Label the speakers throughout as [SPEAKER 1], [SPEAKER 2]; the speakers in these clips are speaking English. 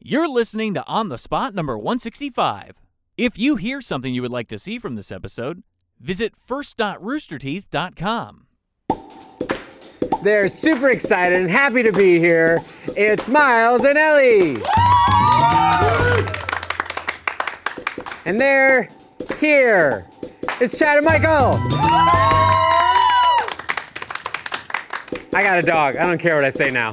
[SPEAKER 1] You're listening to On the Spot number 165. If you hear something you would like to see from this episode, visit first.roosterteeth.com.
[SPEAKER 2] They're super excited and happy to be here. It's Miles and Ellie. And they're here. It's Chad and Michael. I got a dog. I don't care what I say now.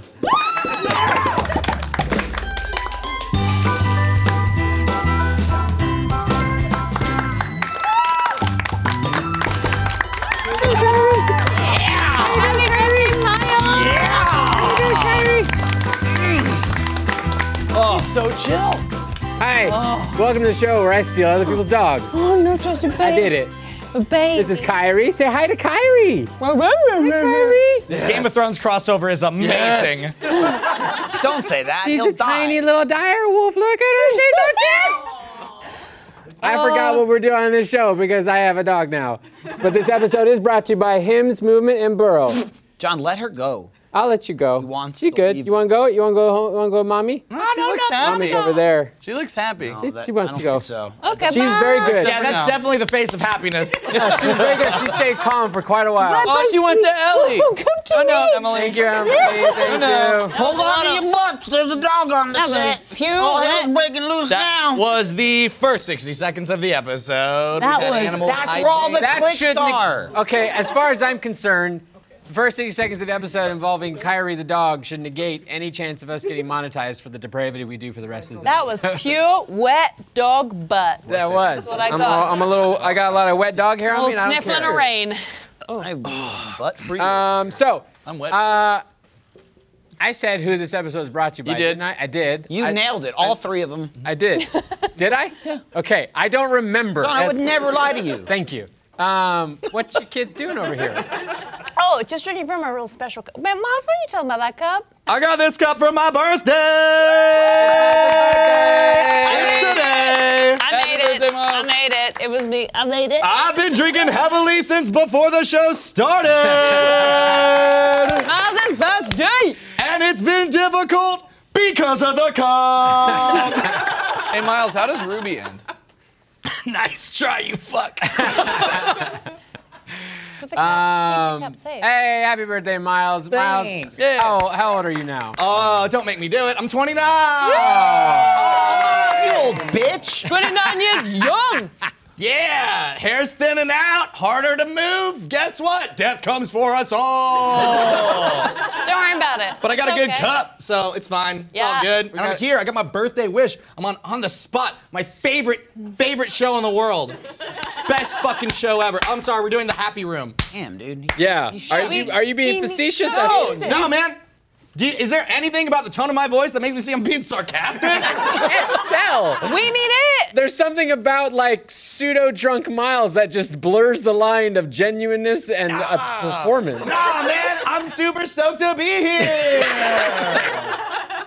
[SPEAKER 3] So chill.
[SPEAKER 2] Hi. Welcome to the show where I steal other people's dogs.
[SPEAKER 3] Oh no, Justin, babe.
[SPEAKER 2] I did it.
[SPEAKER 3] Babe.
[SPEAKER 2] This is Kyrie. Say hi to Kyrie. Kyrie.
[SPEAKER 4] This Game of Thrones crossover is amazing.
[SPEAKER 5] Don't say that.
[SPEAKER 2] She's
[SPEAKER 5] He'll
[SPEAKER 2] a
[SPEAKER 5] die.
[SPEAKER 2] tiny little dire wolf. Look at her. She's so cute. I forgot what we're doing on this show because I have a dog now. But this episode is brought to you by Hims Movement and Burrow.
[SPEAKER 5] John, let her go.
[SPEAKER 2] I'll let you go. You
[SPEAKER 5] wants
[SPEAKER 2] she
[SPEAKER 5] to
[SPEAKER 2] good.
[SPEAKER 5] leave.
[SPEAKER 2] You want to go? You want to go home? You want to go, mommy?
[SPEAKER 3] she looks happy.
[SPEAKER 2] Mommy's over there.
[SPEAKER 3] She looks happy.
[SPEAKER 5] Oh, that-
[SPEAKER 2] she wants
[SPEAKER 5] I
[SPEAKER 2] to
[SPEAKER 5] don't
[SPEAKER 2] go.
[SPEAKER 5] think So.
[SPEAKER 6] Okay,
[SPEAKER 2] She was very good.
[SPEAKER 4] Yeah, that's
[SPEAKER 3] No.
[SPEAKER 4] definitely the face of happiness.
[SPEAKER 2] She was very good. She stayed calm for quite a while.
[SPEAKER 3] Oh, she went to Ellie.
[SPEAKER 6] Oh, come to
[SPEAKER 3] oh no,
[SPEAKER 6] me.
[SPEAKER 3] Emily.
[SPEAKER 2] Thank you, Emily. Oh, Thank you.
[SPEAKER 5] Hold on to your butts. There's a dog on the
[SPEAKER 6] Okay.
[SPEAKER 5] set. All hell's breaking loose
[SPEAKER 4] That
[SPEAKER 5] now.
[SPEAKER 4] was the first 60 seconds of the episode.
[SPEAKER 6] That
[SPEAKER 4] We had
[SPEAKER 6] was-
[SPEAKER 4] animal
[SPEAKER 5] That's
[SPEAKER 4] hygiene.
[SPEAKER 5] where all the
[SPEAKER 2] That
[SPEAKER 5] clicks
[SPEAKER 2] should neg-
[SPEAKER 5] are.
[SPEAKER 2] Okay, as far as I'm concerned, the first 60 seconds of the episode involving Kyrie the dog should negate any chance of us getting monetized for the depravity we do for the rest of the
[SPEAKER 6] That was pure wet dog butt.
[SPEAKER 2] That was.
[SPEAKER 6] what I
[SPEAKER 2] I'm,
[SPEAKER 6] got.
[SPEAKER 2] A, I'm a little. I got a lot of wet dog hair on
[SPEAKER 6] Little
[SPEAKER 2] me. and I don't
[SPEAKER 6] sniffling
[SPEAKER 2] care.
[SPEAKER 6] of rain.
[SPEAKER 5] I butt free.
[SPEAKER 2] Um. So
[SPEAKER 5] I'm wet.
[SPEAKER 4] Uh,
[SPEAKER 2] I said who this episode is brought to you by.
[SPEAKER 3] did.
[SPEAKER 2] didn't I? I did.
[SPEAKER 5] you
[SPEAKER 2] I,
[SPEAKER 5] nailed it. All three of them.
[SPEAKER 2] I did. did I? Yeah. Okay. I don't remember.
[SPEAKER 5] John, I
[SPEAKER 2] That-
[SPEAKER 5] would never lie to you.
[SPEAKER 2] Thank you. Um, what you kids doing over here?
[SPEAKER 6] Oh, just drinking from a real special cup. Man, Miles, what are you talking about that cup?
[SPEAKER 4] I got this cup for my birthday. It's today.
[SPEAKER 6] I
[SPEAKER 3] Happy
[SPEAKER 6] made it.
[SPEAKER 3] birthday, Miles.
[SPEAKER 6] I made it. It was me. I made it.
[SPEAKER 4] I've been drinking heavily since before the show started.
[SPEAKER 6] Miles' birthday.
[SPEAKER 4] and it's been difficult because of the cup.
[SPEAKER 3] Hey, Miles, how does Ruby end?
[SPEAKER 4] nice try, you fuck.
[SPEAKER 6] What's the cup? Keep the cup safe.
[SPEAKER 2] Hey, happy birthday, Miles. Miles,
[SPEAKER 5] Thanks.
[SPEAKER 3] Yeah.
[SPEAKER 2] how, how old are you now?
[SPEAKER 4] Oh, don't make me do it. I'm 29.
[SPEAKER 5] You old bitch.
[SPEAKER 6] 29 years young.
[SPEAKER 4] Yeah, hair's thinning out, harder to move. Guess what? Death comes for us all.
[SPEAKER 6] Don't worry about it.
[SPEAKER 4] but I got a
[SPEAKER 6] It's
[SPEAKER 4] good
[SPEAKER 6] okay.
[SPEAKER 4] cup, so it's fine. It's all
[SPEAKER 6] Yeah.
[SPEAKER 4] good. And I'm
[SPEAKER 2] got-
[SPEAKER 4] here. I got my birthday wish. I'm on on the spot. My favorite favorite show in the world. Best fucking show ever. I'm sorry, we're doing the happy room.
[SPEAKER 5] Damn, dude.
[SPEAKER 2] yeah. Are
[SPEAKER 6] we-
[SPEAKER 2] you are you being
[SPEAKER 6] we-
[SPEAKER 2] facetious?
[SPEAKER 6] No.
[SPEAKER 4] No, man. Do you- is there anything about the tone of my voice that makes me see I'm being sarcastic?
[SPEAKER 2] I can't tell.
[SPEAKER 6] We need it.
[SPEAKER 2] There's something about like pseudo drunk Miles that just blurs the line of genuineness and a performance.
[SPEAKER 4] Nah, man. I'm super stoked to be here.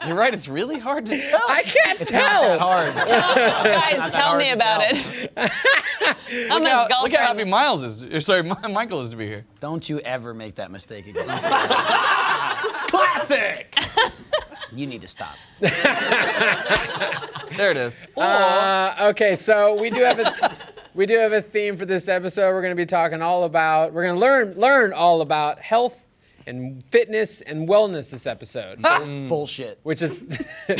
[SPEAKER 3] You're right, it's really hard to tell.
[SPEAKER 2] I can't tell.
[SPEAKER 4] Hard.
[SPEAKER 6] Guys, tell me about it. I'm
[SPEAKER 3] Look
[SPEAKER 6] his
[SPEAKER 3] how-
[SPEAKER 6] girlfriend.
[SPEAKER 3] Look how happy Miles is. Or sorry, Mi- Michael is to be here.
[SPEAKER 5] Don't you ever make that mistake again.
[SPEAKER 4] Classic.
[SPEAKER 5] you need to stop.
[SPEAKER 3] There it is.
[SPEAKER 2] Uh, okay, so we do have a we do have a theme for this episode. We're going to be talking all about we're going to learn learn all about health and fitness and wellness this episode,
[SPEAKER 5] Bullshit.
[SPEAKER 2] which is
[SPEAKER 3] I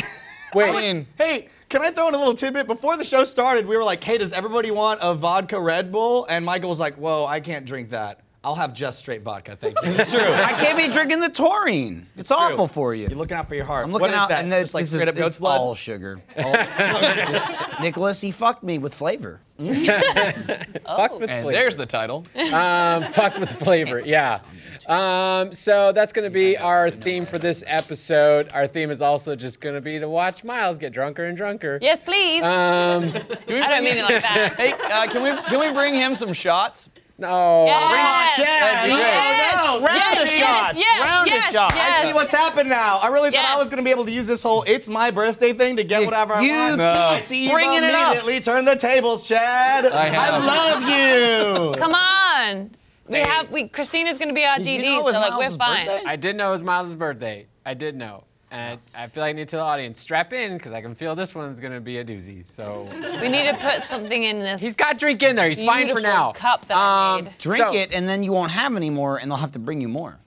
[SPEAKER 2] wait.
[SPEAKER 3] mean,
[SPEAKER 4] Hey, can I throw in a little tidbit? Before the show started, we were like, hey, does everybody want a vodka Red Bull? And Michael was like, whoa, I can't drink that. I'll have just straight vodka, thank you.
[SPEAKER 3] it's true.
[SPEAKER 5] I can't be drinking the taurine. It's, awful for you.
[SPEAKER 4] You're looking out for your heart.
[SPEAKER 5] I'm looking
[SPEAKER 4] what is
[SPEAKER 5] out,
[SPEAKER 4] that?
[SPEAKER 5] and that's
[SPEAKER 4] Just like
[SPEAKER 5] this
[SPEAKER 4] straight
[SPEAKER 5] is,
[SPEAKER 4] up goat's
[SPEAKER 5] it's
[SPEAKER 4] blood?
[SPEAKER 5] all sugar. All, it's just, Nicholas, he fucked me with flavor.
[SPEAKER 2] Fucked with
[SPEAKER 3] and
[SPEAKER 2] flavor.
[SPEAKER 3] there's the title.
[SPEAKER 2] um, fucked with flavor. Yeah. Um, so that's gonna be our theme for this episode. Our theme is also just gonna be to watch Miles get drunker and drunker.
[SPEAKER 6] Yes, please.
[SPEAKER 2] Um,
[SPEAKER 6] I don't mean it like that.
[SPEAKER 3] Hey, uh, can we can we bring him some shots?
[SPEAKER 2] no.
[SPEAKER 6] Yes.
[SPEAKER 4] Chad.
[SPEAKER 2] great.
[SPEAKER 4] Oh, no. Round of
[SPEAKER 6] yes,
[SPEAKER 4] shots.
[SPEAKER 6] Yes,
[SPEAKER 3] Round of
[SPEAKER 6] yes,
[SPEAKER 3] shots.
[SPEAKER 6] Yes.
[SPEAKER 4] See what's happened now. I really thought I
[SPEAKER 6] Yes.
[SPEAKER 4] was gonna be able to use this whole "it's my birthday" thing to get whatever I
[SPEAKER 5] You
[SPEAKER 4] want.
[SPEAKER 5] keep
[SPEAKER 4] I see you
[SPEAKER 5] bringing it up.
[SPEAKER 4] immediately turn the tables, Chad. I,
[SPEAKER 3] have.
[SPEAKER 4] love you.
[SPEAKER 6] Come on. We have we Christina's gonna be our DD,
[SPEAKER 5] you know it was
[SPEAKER 6] so like
[SPEAKER 5] Miles'
[SPEAKER 6] we're fine.
[SPEAKER 5] birthday?
[SPEAKER 2] I did know it was Miles' birthday. I did know. And I feel like I need to tell the audience strap in because I can feel this one's gonna be a doozy. So
[SPEAKER 7] We need to put something in this.
[SPEAKER 2] he's got drink in there. He's fine for
[SPEAKER 7] Beautiful
[SPEAKER 2] now. Um,
[SPEAKER 7] cup that I made.
[SPEAKER 5] Drink
[SPEAKER 2] so-
[SPEAKER 5] it, and then you won't have any more, and they'll have to bring you more.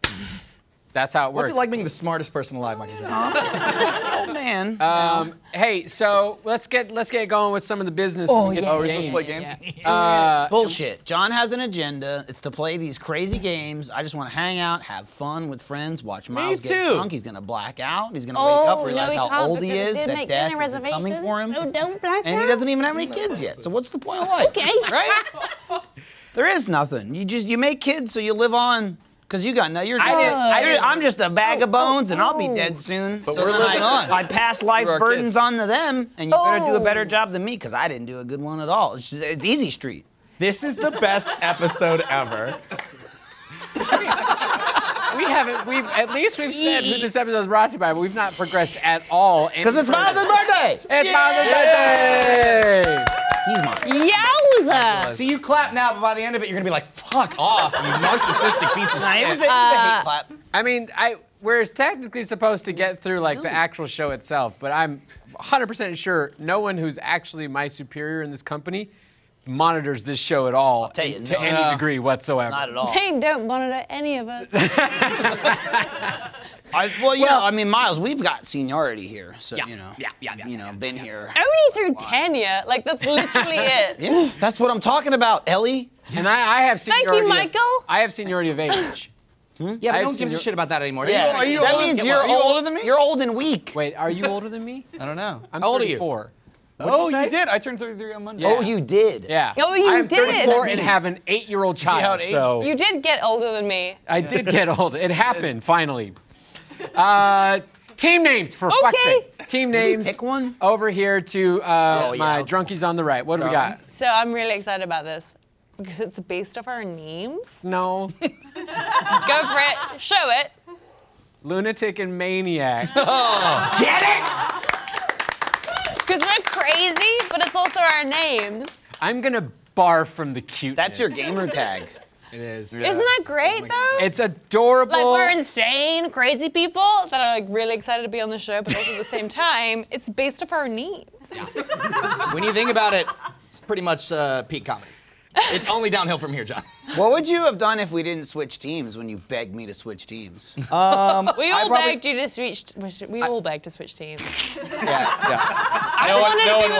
[SPEAKER 2] That's how it works.
[SPEAKER 8] What's it like being the smartest person alive, Michael Jordan?
[SPEAKER 5] Oh man.
[SPEAKER 2] Hey, so let's get let's get going with some of the business.
[SPEAKER 5] Oh,
[SPEAKER 2] we get
[SPEAKER 5] yeah.
[SPEAKER 2] to
[SPEAKER 5] Oh,
[SPEAKER 2] the
[SPEAKER 5] we're
[SPEAKER 4] Supposed to play games?
[SPEAKER 5] Uh, Bullshit. John has an agenda. It's to play these crazy games. I just want to hang out, have fun with friends, watch Miles get
[SPEAKER 2] too.
[SPEAKER 5] drunk. He's gonna black out. He's gonna
[SPEAKER 6] Oh,
[SPEAKER 5] wake up,
[SPEAKER 6] no,
[SPEAKER 5] realize
[SPEAKER 6] he
[SPEAKER 5] how
[SPEAKER 6] can't
[SPEAKER 5] old he
[SPEAKER 6] because he
[SPEAKER 5] is,
[SPEAKER 6] didn't
[SPEAKER 5] that
[SPEAKER 6] make
[SPEAKER 5] death
[SPEAKER 6] dinner
[SPEAKER 5] is coming
[SPEAKER 6] reservations.
[SPEAKER 5] for him,
[SPEAKER 6] Oh, don't black
[SPEAKER 5] and he
[SPEAKER 6] out.
[SPEAKER 5] doesn't even have any kids yet. So what's the point of life?
[SPEAKER 6] Okay.
[SPEAKER 2] Right?
[SPEAKER 5] There is nothing. You just you make kids, so you live on. Cause you got no, you're.
[SPEAKER 2] I didn't- I
[SPEAKER 5] you're-
[SPEAKER 2] didn't-
[SPEAKER 5] I'm just a bag
[SPEAKER 1] Oh,
[SPEAKER 5] of bones, and I'll be dead soon. But
[SPEAKER 4] we're living
[SPEAKER 5] I,
[SPEAKER 4] on.
[SPEAKER 5] I pass life's
[SPEAKER 4] Through our
[SPEAKER 5] burdens
[SPEAKER 4] kids.
[SPEAKER 5] on to them, and you better do a
[SPEAKER 6] Oh.
[SPEAKER 5] better job than me, cause I didn't do a good one at all. It's, just- it's Easy Street.
[SPEAKER 8] This is the best episode ever.
[SPEAKER 2] we haven't. We've at least we've said who this episode is brought to you by, but we've not progressed at all. any
[SPEAKER 5] Cause it's
[SPEAKER 2] further.
[SPEAKER 5] Miles' birthday.
[SPEAKER 2] It's Miles' birthday.
[SPEAKER 5] He's mine.
[SPEAKER 6] Yowza!
[SPEAKER 8] See, you clap now, but by the end of it, you're gonna be like, fuck off, you narcissistic piece of
[SPEAKER 5] Nah, it was a, it was
[SPEAKER 8] shit.
[SPEAKER 5] a
[SPEAKER 1] Uh,
[SPEAKER 5] hate clap.
[SPEAKER 2] I mean, I we're technically supposed to get through like the actual show itself, but I'm 100% sure no one who's actually my superior in this company monitors this show at all
[SPEAKER 5] tell you,
[SPEAKER 2] to
[SPEAKER 5] no.
[SPEAKER 2] any
[SPEAKER 5] No.
[SPEAKER 2] degree whatsoever.
[SPEAKER 5] Not at all.
[SPEAKER 6] They don't monitor any of us.
[SPEAKER 5] I, well, you know, I mean, Miles, we've got seniority here, so you know,
[SPEAKER 1] yeah, yeah, yeah,
[SPEAKER 5] you know, been here.
[SPEAKER 6] Only through tenure. Like, that's literally it.
[SPEAKER 5] Yeah, that's what I'm talking about, Ellie.
[SPEAKER 2] And I, I have
[SPEAKER 6] you,
[SPEAKER 2] seniority. of-
[SPEAKER 6] Michael.
[SPEAKER 2] I have seniority of age.
[SPEAKER 8] Yeah,
[SPEAKER 2] I've
[SPEAKER 8] but no one
[SPEAKER 2] seen
[SPEAKER 8] gives a
[SPEAKER 2] your-
[SPEAKER 8] shit about that anymore.
[SPEAKER 5] Yeah.
[SPEAKER 4] are you
[SPEAKER 5] that
[SPEAKER 4] older-
[SPEAKER 5] means
[SPEAKER 4] come
[SPEAKER 5] you're
[SPEAKER 4] on, are you
[SPEAKER 5] old-
[SPEAKER 4] older than me?
[SPEAKER 5] You're old and weak.
[SPEAKER 2] Wait, are you older than me?
[SPEAKER 4] I don't know.
[SPEAKER 2] I'm
[SPEAKER 8] How old are you?
[SPEAKER 2] 34. Are
[SPEAKER 4] oh,
[SPEAKER 8] you say?
[SPEAKER 4] you did. I turned 33 on Monday.
[SPEAKER 5] Oh, you did.
[SPEAKER 2] Yeah.
[SPEAKER 6] Oh, you
[SPEAKER 2] I'm
[SPEAKER 6] did.
[SPEAKER 2] 34 and have an eight-year-old child,
[SPEAKER 4] out age-
[SPEAKER 2] so
[SPEAKER 6] You did get older than me.
[SPEAKER 2] I did get old. It happened finally. Uh, team names for fuck's
[SPEAKER 6] Okay.
[SPEAKER 2] sake. Team names.
[SPEAKER 5] pick one?
[SPEAKER 2] over here to uh,
[SPEAKER 5] Oh, yeah,
[SPEAKER 2] my
[SPEAKER 5] okay.
[SPEAKER 2] drunkies on the right. What do we got?
[SPEAKER 6] So I'm really excited about this because it's based off our names.
[SPEAKER 2] No,
[SPEAKER 6] Go for it. Show it.
[SPEAKER 2] lunatic and maniac.
[SPEAKER 6] Because we're crazy, but it's also our names.
[SPEAKER 2] I'm gonna barf from the cuteness.
[SPEAKER 5] That's your gamer tag.
[SPEAKER 4] it is.
[SPEAKER 6] Isn't that great, though?
[SPEAKER 2] It's adorable.
[SPEAKER 6] like we're insane, crazy people that are like really excited to be on the show, but also at the same time, it's based off our needs.
[SPEAKER 8] When you think about it, it's pretty much uh, peak comedy. It's only downhill from here, John.
[SPEAKER 5] What would you have done if we didn't switch teams when you begged me to switch teams?
[SPEAKER 6] We all
[SPEAKER 8] probably-
[SPEAKER 6] begged you to switch. we should- We all begged to switch teams.
[SPEAKER 8] No
[SPEAKER 6] I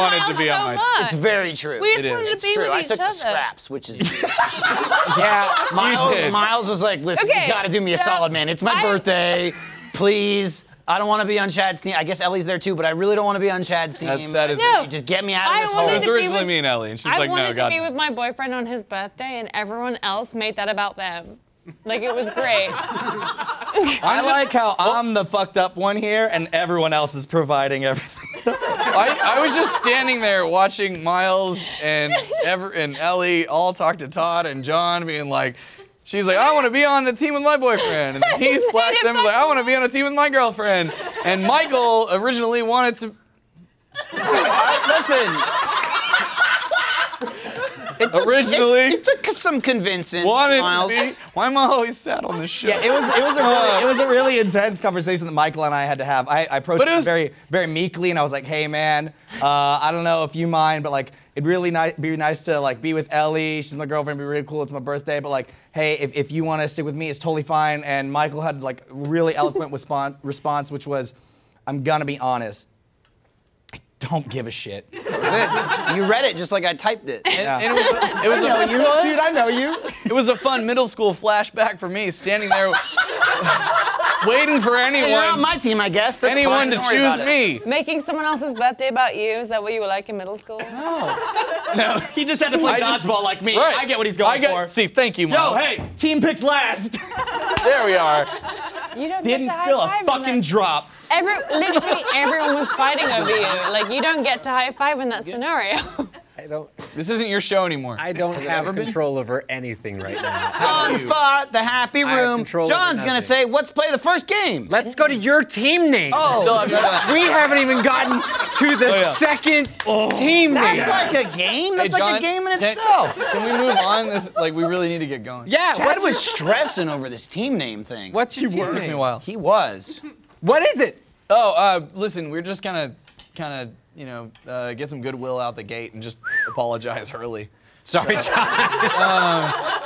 [SPEAKER 6] wanted to be with Miles so much.
[SPEAKER 5] It's very true.
[SPEAKER 6] We just It wanted is. to
[SPEAKER 5] It's
[SPEAKER 6] be
[SPEAKER 5] true.
[SPEAKER 6] with
[SPEAKER 5] I
[SPEAKER 6] each
[SPEAKER 5] took
[SPEAKER 6] other.
[SPEAKER 5] the scraps, which is
[SPEAKER 2] yeah.
[SPEAKER 5] Miles. Miles was like, "Listen,
[SPEAKER 6] Okay,
[SPEAKER 5] you got to do me a
[SPEAKER 6] so
[SPEAKER 5] solid, man. It's my
[SPEAKER 6] I-
[SPEAKER 5] birthday. Please, I don't want to be on Chad's team. I guess Ellie's there too, but I really don't want to be on Chad's team.
[SPEAKER 4] that is-
[SPEAKER 6] No.
[SPEAKER 5] just get me out of
[SPEAKER 6] I
[SPEAKER 5] this
[SPEAKER 6] wanted
[SPEAKER 5] hole."
[SPEAKER 4] It was
[SPEAKER 6] to be
[SPEAKER 4] originally
[SPEAKER 6] with-
[SPEAKER 4] me and Ellie, and she's
[SPEAKER 6] I
[SPEAKER 4] like,
[SPEAKER 6] wanted
[SPEAKER 4] no,
[SPEAKER 6] to
[SPEAKER 4] God.
[SPEAKER 6] be with my boyfriend on his birthday, and everyone else made that about them. Like it was great.
[SPEAKER 8] I like how I'm the fucked up one here, and everyone else is providing everything.
[SPEAKER 4] I, I was just standing there watching Miles and Ever and Ellie all talk to Todd and John, being like, she's like, I want to be on the team with my boyfriend, and then he slapped them, was like, I want to be on a team with my girlfriend, and Michael originally wanted to.
[SPEAKER 5] Listen,
[SPEAKER 4] Originally
[SPEAKER 5] it took some convincing,
[SPEAKER 4] wanted
[SPEAKER 5] Miles.
[SPEAKER 4] to be. Why am I always sad on this show?
[SPEAKER 8] Yeah, it was it was a really, it was a really intense conversation that Michael and I had to have. I, I approached
[SPEAKER 4] But it
[SPEAKER 8] it
[SPEAKER 4] was-
[SPEAKER 8] very very meekly, and I was like, "Hey, man, uh, I don't know if you mind, but like, it'd really ni- be nice to like be with Ellie. She's my girlfriend. It'd be really cool. It's my birthday, but like, hey, if, if you want to stick with me, it's totally fine." And Michael had like really eloquent response response, which was, "I'm gonna be honest, I don't give a shit."
[SPEAKER 5] You read it just like I typed it.
[SPEAKER 4] And it was a, it was
[SPEAKER 8] I know
[SPEAKER 4] a,
[SPEAKER 8] you, dude. I know you.
[SPEAKER 4] it was a fun middle school flashback for me, standing there waiting for anyone.
[SPEAKER 5] You're on my team, I guess. That's
[SPEAKER 4] anyone
[SPEAKER 5] fine.
[SPEAKER 4] to
[SPEAKER 5] Don't worry about
[SPEAKER 4] choose
[SPEAKER 5] it.
[SPEAKER 4] me.
[SPEAKER 6] Making someone else's birthday about you, is that what you were like in middle school?
[SPEAKER 8] He just had to play
[SPEAKER 4] I just-
[SPEAKER 8] dodgeball like me. I get what he's
[SPEAKER 4] I
[SPEAKER 8] going
[SPEAKER 4] get-
[SPEAKER 8] for.
[SPEAKER 4] See, thank you,
[SPEAKER 8] Yo,
[SPEAKER 4] Miles.
[SPEAKER 8] hey, team picked last.
[SPEAKER 4] there we are.
[SPEAKER 6] You don't
[SPEAKER 8] Didn't
[SPEAKER 6] get to
[SPEAKER 8] spill a
[SPEAKER 6] high-five on
[SPEAKER 8] fucking
[SPEAKER 6] this.
[SPEAKER 8] drop.
[SPEAKER 6] Every, literally everyone was fighting over you. Like you don't get to high five in that scenario.
[SPEAKER 2] I don't.
[SPEAKER 4] This isn't your show anymore.
[SPEAKER 2] I don't have control over anything right now.
[SPEAKER 5] On the spot, the happy
[SPEAKER 2] have
[SPEAKER 5] room.
[SPEAKER 2] control over
[SPEAKER 5] John's gonna
[SPEAKER 2] nothing.
[SPEAKER 5] say, "Let's play the first game."
[SPEAKER 2] Let's go to your team name.
[SPEAKER 5] Oh,
[SPEAKER 4] Still have none of that.
[SPEAKER 2] We haven't even gotten to the
[SPEAKER 4] Oh, yeah.
[SPEAKER 2] second team
[SPEAKER 5] that's
[SPEAKER 2] name.
[SPEAKER 5] like a game. That's
[SPEAKER 4] Hey,
[SPEAKER 5] like a
[SPEAKER 4] John,
[SPEAKER 5] game in
[SPEAKER 4] can-
[SPEAKER 5] itself.
[SPEAKER 4] Can we move on? This like we really need to get going.
[SPEAKER 2] yeah.
[SPEAKER 5] Chad
[SPEAKER 2] What
[SPEAKER 5] was
[SPEAKER 2] was?
[SPEAKER 5] stressing over this team name thing.
[SPEAKER 2] What's your team
[SPEAKER 4] It took me a
[SPEAKER 2] name?
[SPEAKER 4] while.
[SPEAKER 5] He was.
[SPEAKER 2] What is it?
[SPEAKER 4] Oh, uh, listen, we're just kind of, kind of, you know, uh, get some goodwill out the gate and just apologize early.
[SPEAKER 2] Sorry, John.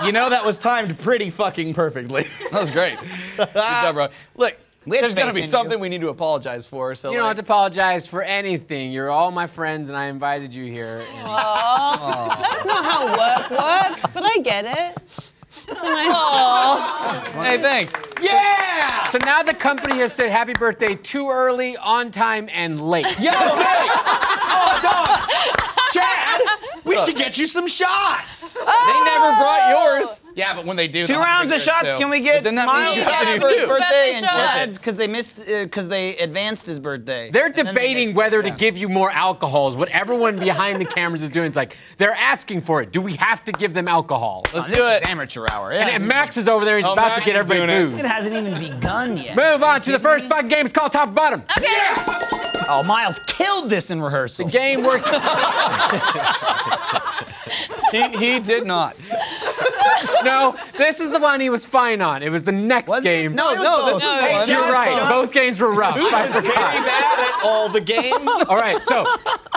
[SPEAKER 8] You know that was timed pretty fucking perfectly.
[SPEAKER 4] That was great. Good job, bro. Look,
[SPEAKER 5] We have
[SPEAKER 4] there's
[SPEAKER 5] faith
[SPEAKER 4] gonna be
[SPEAKER 5] in you.
[SPEAKER 4] something we need to apologize for. So
[SPEAKER 2] You don't
[SPEAKER 4] like-
[SPEAKER 2] have to apologize for anything. You're all my friends, and I invited you here. and-
[SPEAKER 6] That's not how work works, but I get it. It's a nice.
[SPEAKER 4] Hey, thanks.
[SPEAKER 8] yeah!
[SPEAKER 2] So now the company has said happy birthday too early, on time, and late.
[SPEAKER 8] Yes! hey! Oh, dog! Chad, we should get you some shots.
[SPEAKER 4] They never brought yours.
[SPEAKER 8] Yeah, but when they do,
[SPEAKER 5] Two rounds of shots. Can we get
[SPEAKER 4] then that
[SPEAKER 5] Miles
[SPEAKER 4] means
[SPEAKER 5] shots
[SPEAKER 4] you have to do
[SPEAKER 5] for his
[SPEAKER 4] two.
[SPEAKER 5] birthday
[SPEAKER 6] Birthday
[SPEAKER 5] and
[SPEAKER 6] shots.
[SPEAKER 5] shots because they missed because they advanced his birthday?
[SPEAKER 2] They're
[SPEAKER 5] And then they
[SPEAKER 2] debating
[SPEAKER 5] missed-
[SPEAKER 2] whether to give you more alcohols. What everyone behind the cameras is doing is like, they're asking for it. Do we have to give them alcohol?
[SPEAKER 4] Let's
[SPEAKER 5] This
[SPEAKER 4] do
[SPEAKER 5] is
[SPEAKER 4] it.
[SPEAKER 5] amateur hour. Yeah.
[SPEAKER 2] And Max is over there. He's
[SPEAKER 4] Oh,
[SPEAKER 2] about
[SPEAKER 4] Max
[SPEAKER 2] to get
[SPEAKER 4] is
[SPEAKER 2] everybody
[SPEAKER 4] doing
[SPEAKER 2] booed.
[SPEAKER 5] it hasn't even begun yet.
[SPEAKER 2] Move on to the first fucking game. It's called Top Bottom.
[SPEAKER 5] Oh, Miles killed this in rehearsal.
[SPEAKER 2] Game works.
[SPEAKER 4] He, he did not.
[SPEAKER 2] no, this is the one he was fine on. It was the next
[SPEAKER 5] Was it?
[SPEAKER 2] game.
[SPEAKER 5] No,
[SPEAKER 4] No, no, this
[SPEAKER 5] No,
[SPEAKER 4] is
[SPEAKER 5] it
[SPEAKER 4] fun.
[SPEAKER 5] was
[SPEAKER 2] You're right. Both games were rough. I
[SPEAKER 8] very
[SPEAKER 2] forgot.
[SPEAKER 8] bad at all the games.
[SPEAKER 2] All right, so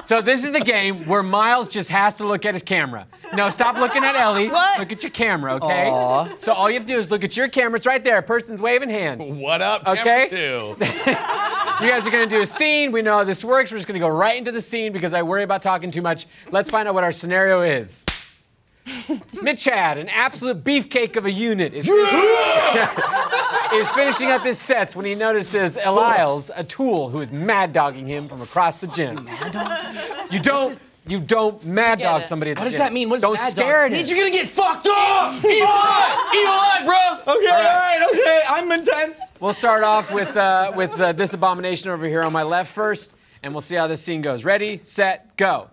[SPEAKER 2] so this is the game where Miles just has to look at his camera. No, stop looking at Ellie.
[SPEAKER 5] What?
[SPEAKER 2] Look at your camera, okay? So all you have to do is look at your camera. It's right there. Person's waving hand.
[SPEAKER 4] What up,
[SPEAKER 2] Okay.
[SPEAKER 4] Two?
[SPEAKER 2] You guys are gonna do a scene. We know how this works. We're just gonna go right into the scene because I worry about talking too much. Let's find out what our scenario is. Mitchad, an absolute beefcake of a unit, is, is finishing up his sets when he notices Elias, a tool who is mad dogging him from across the gym. You don't. You don't mad
[SPEAKER 6] Get
[SPEAKER 2] dog
[SPEAKER 6] it.
[SPEAKER 2] somebody at the
[SPEAKER 8] What does
[SPEAKER 2] gym.
[SPEAKER 8] that mean? What does
[SPEAKER 2] Don't
[SPEAKER 8] mad dog-
[SPEAKER 2] stare at
[SPEAKER 8] Means
[SPEAKER 2] him.
[SPEAKER 8] you're gonna get fucked up. okay,
[SPEAKER 4] Eli, bro.
[SPEAKER 8] all right, okay. I'm intense.
[SPEAKER 2] We'll start off with uh, with uh, this abomination over here on my left first, and we'll see how this scene goes. Ready, set, go.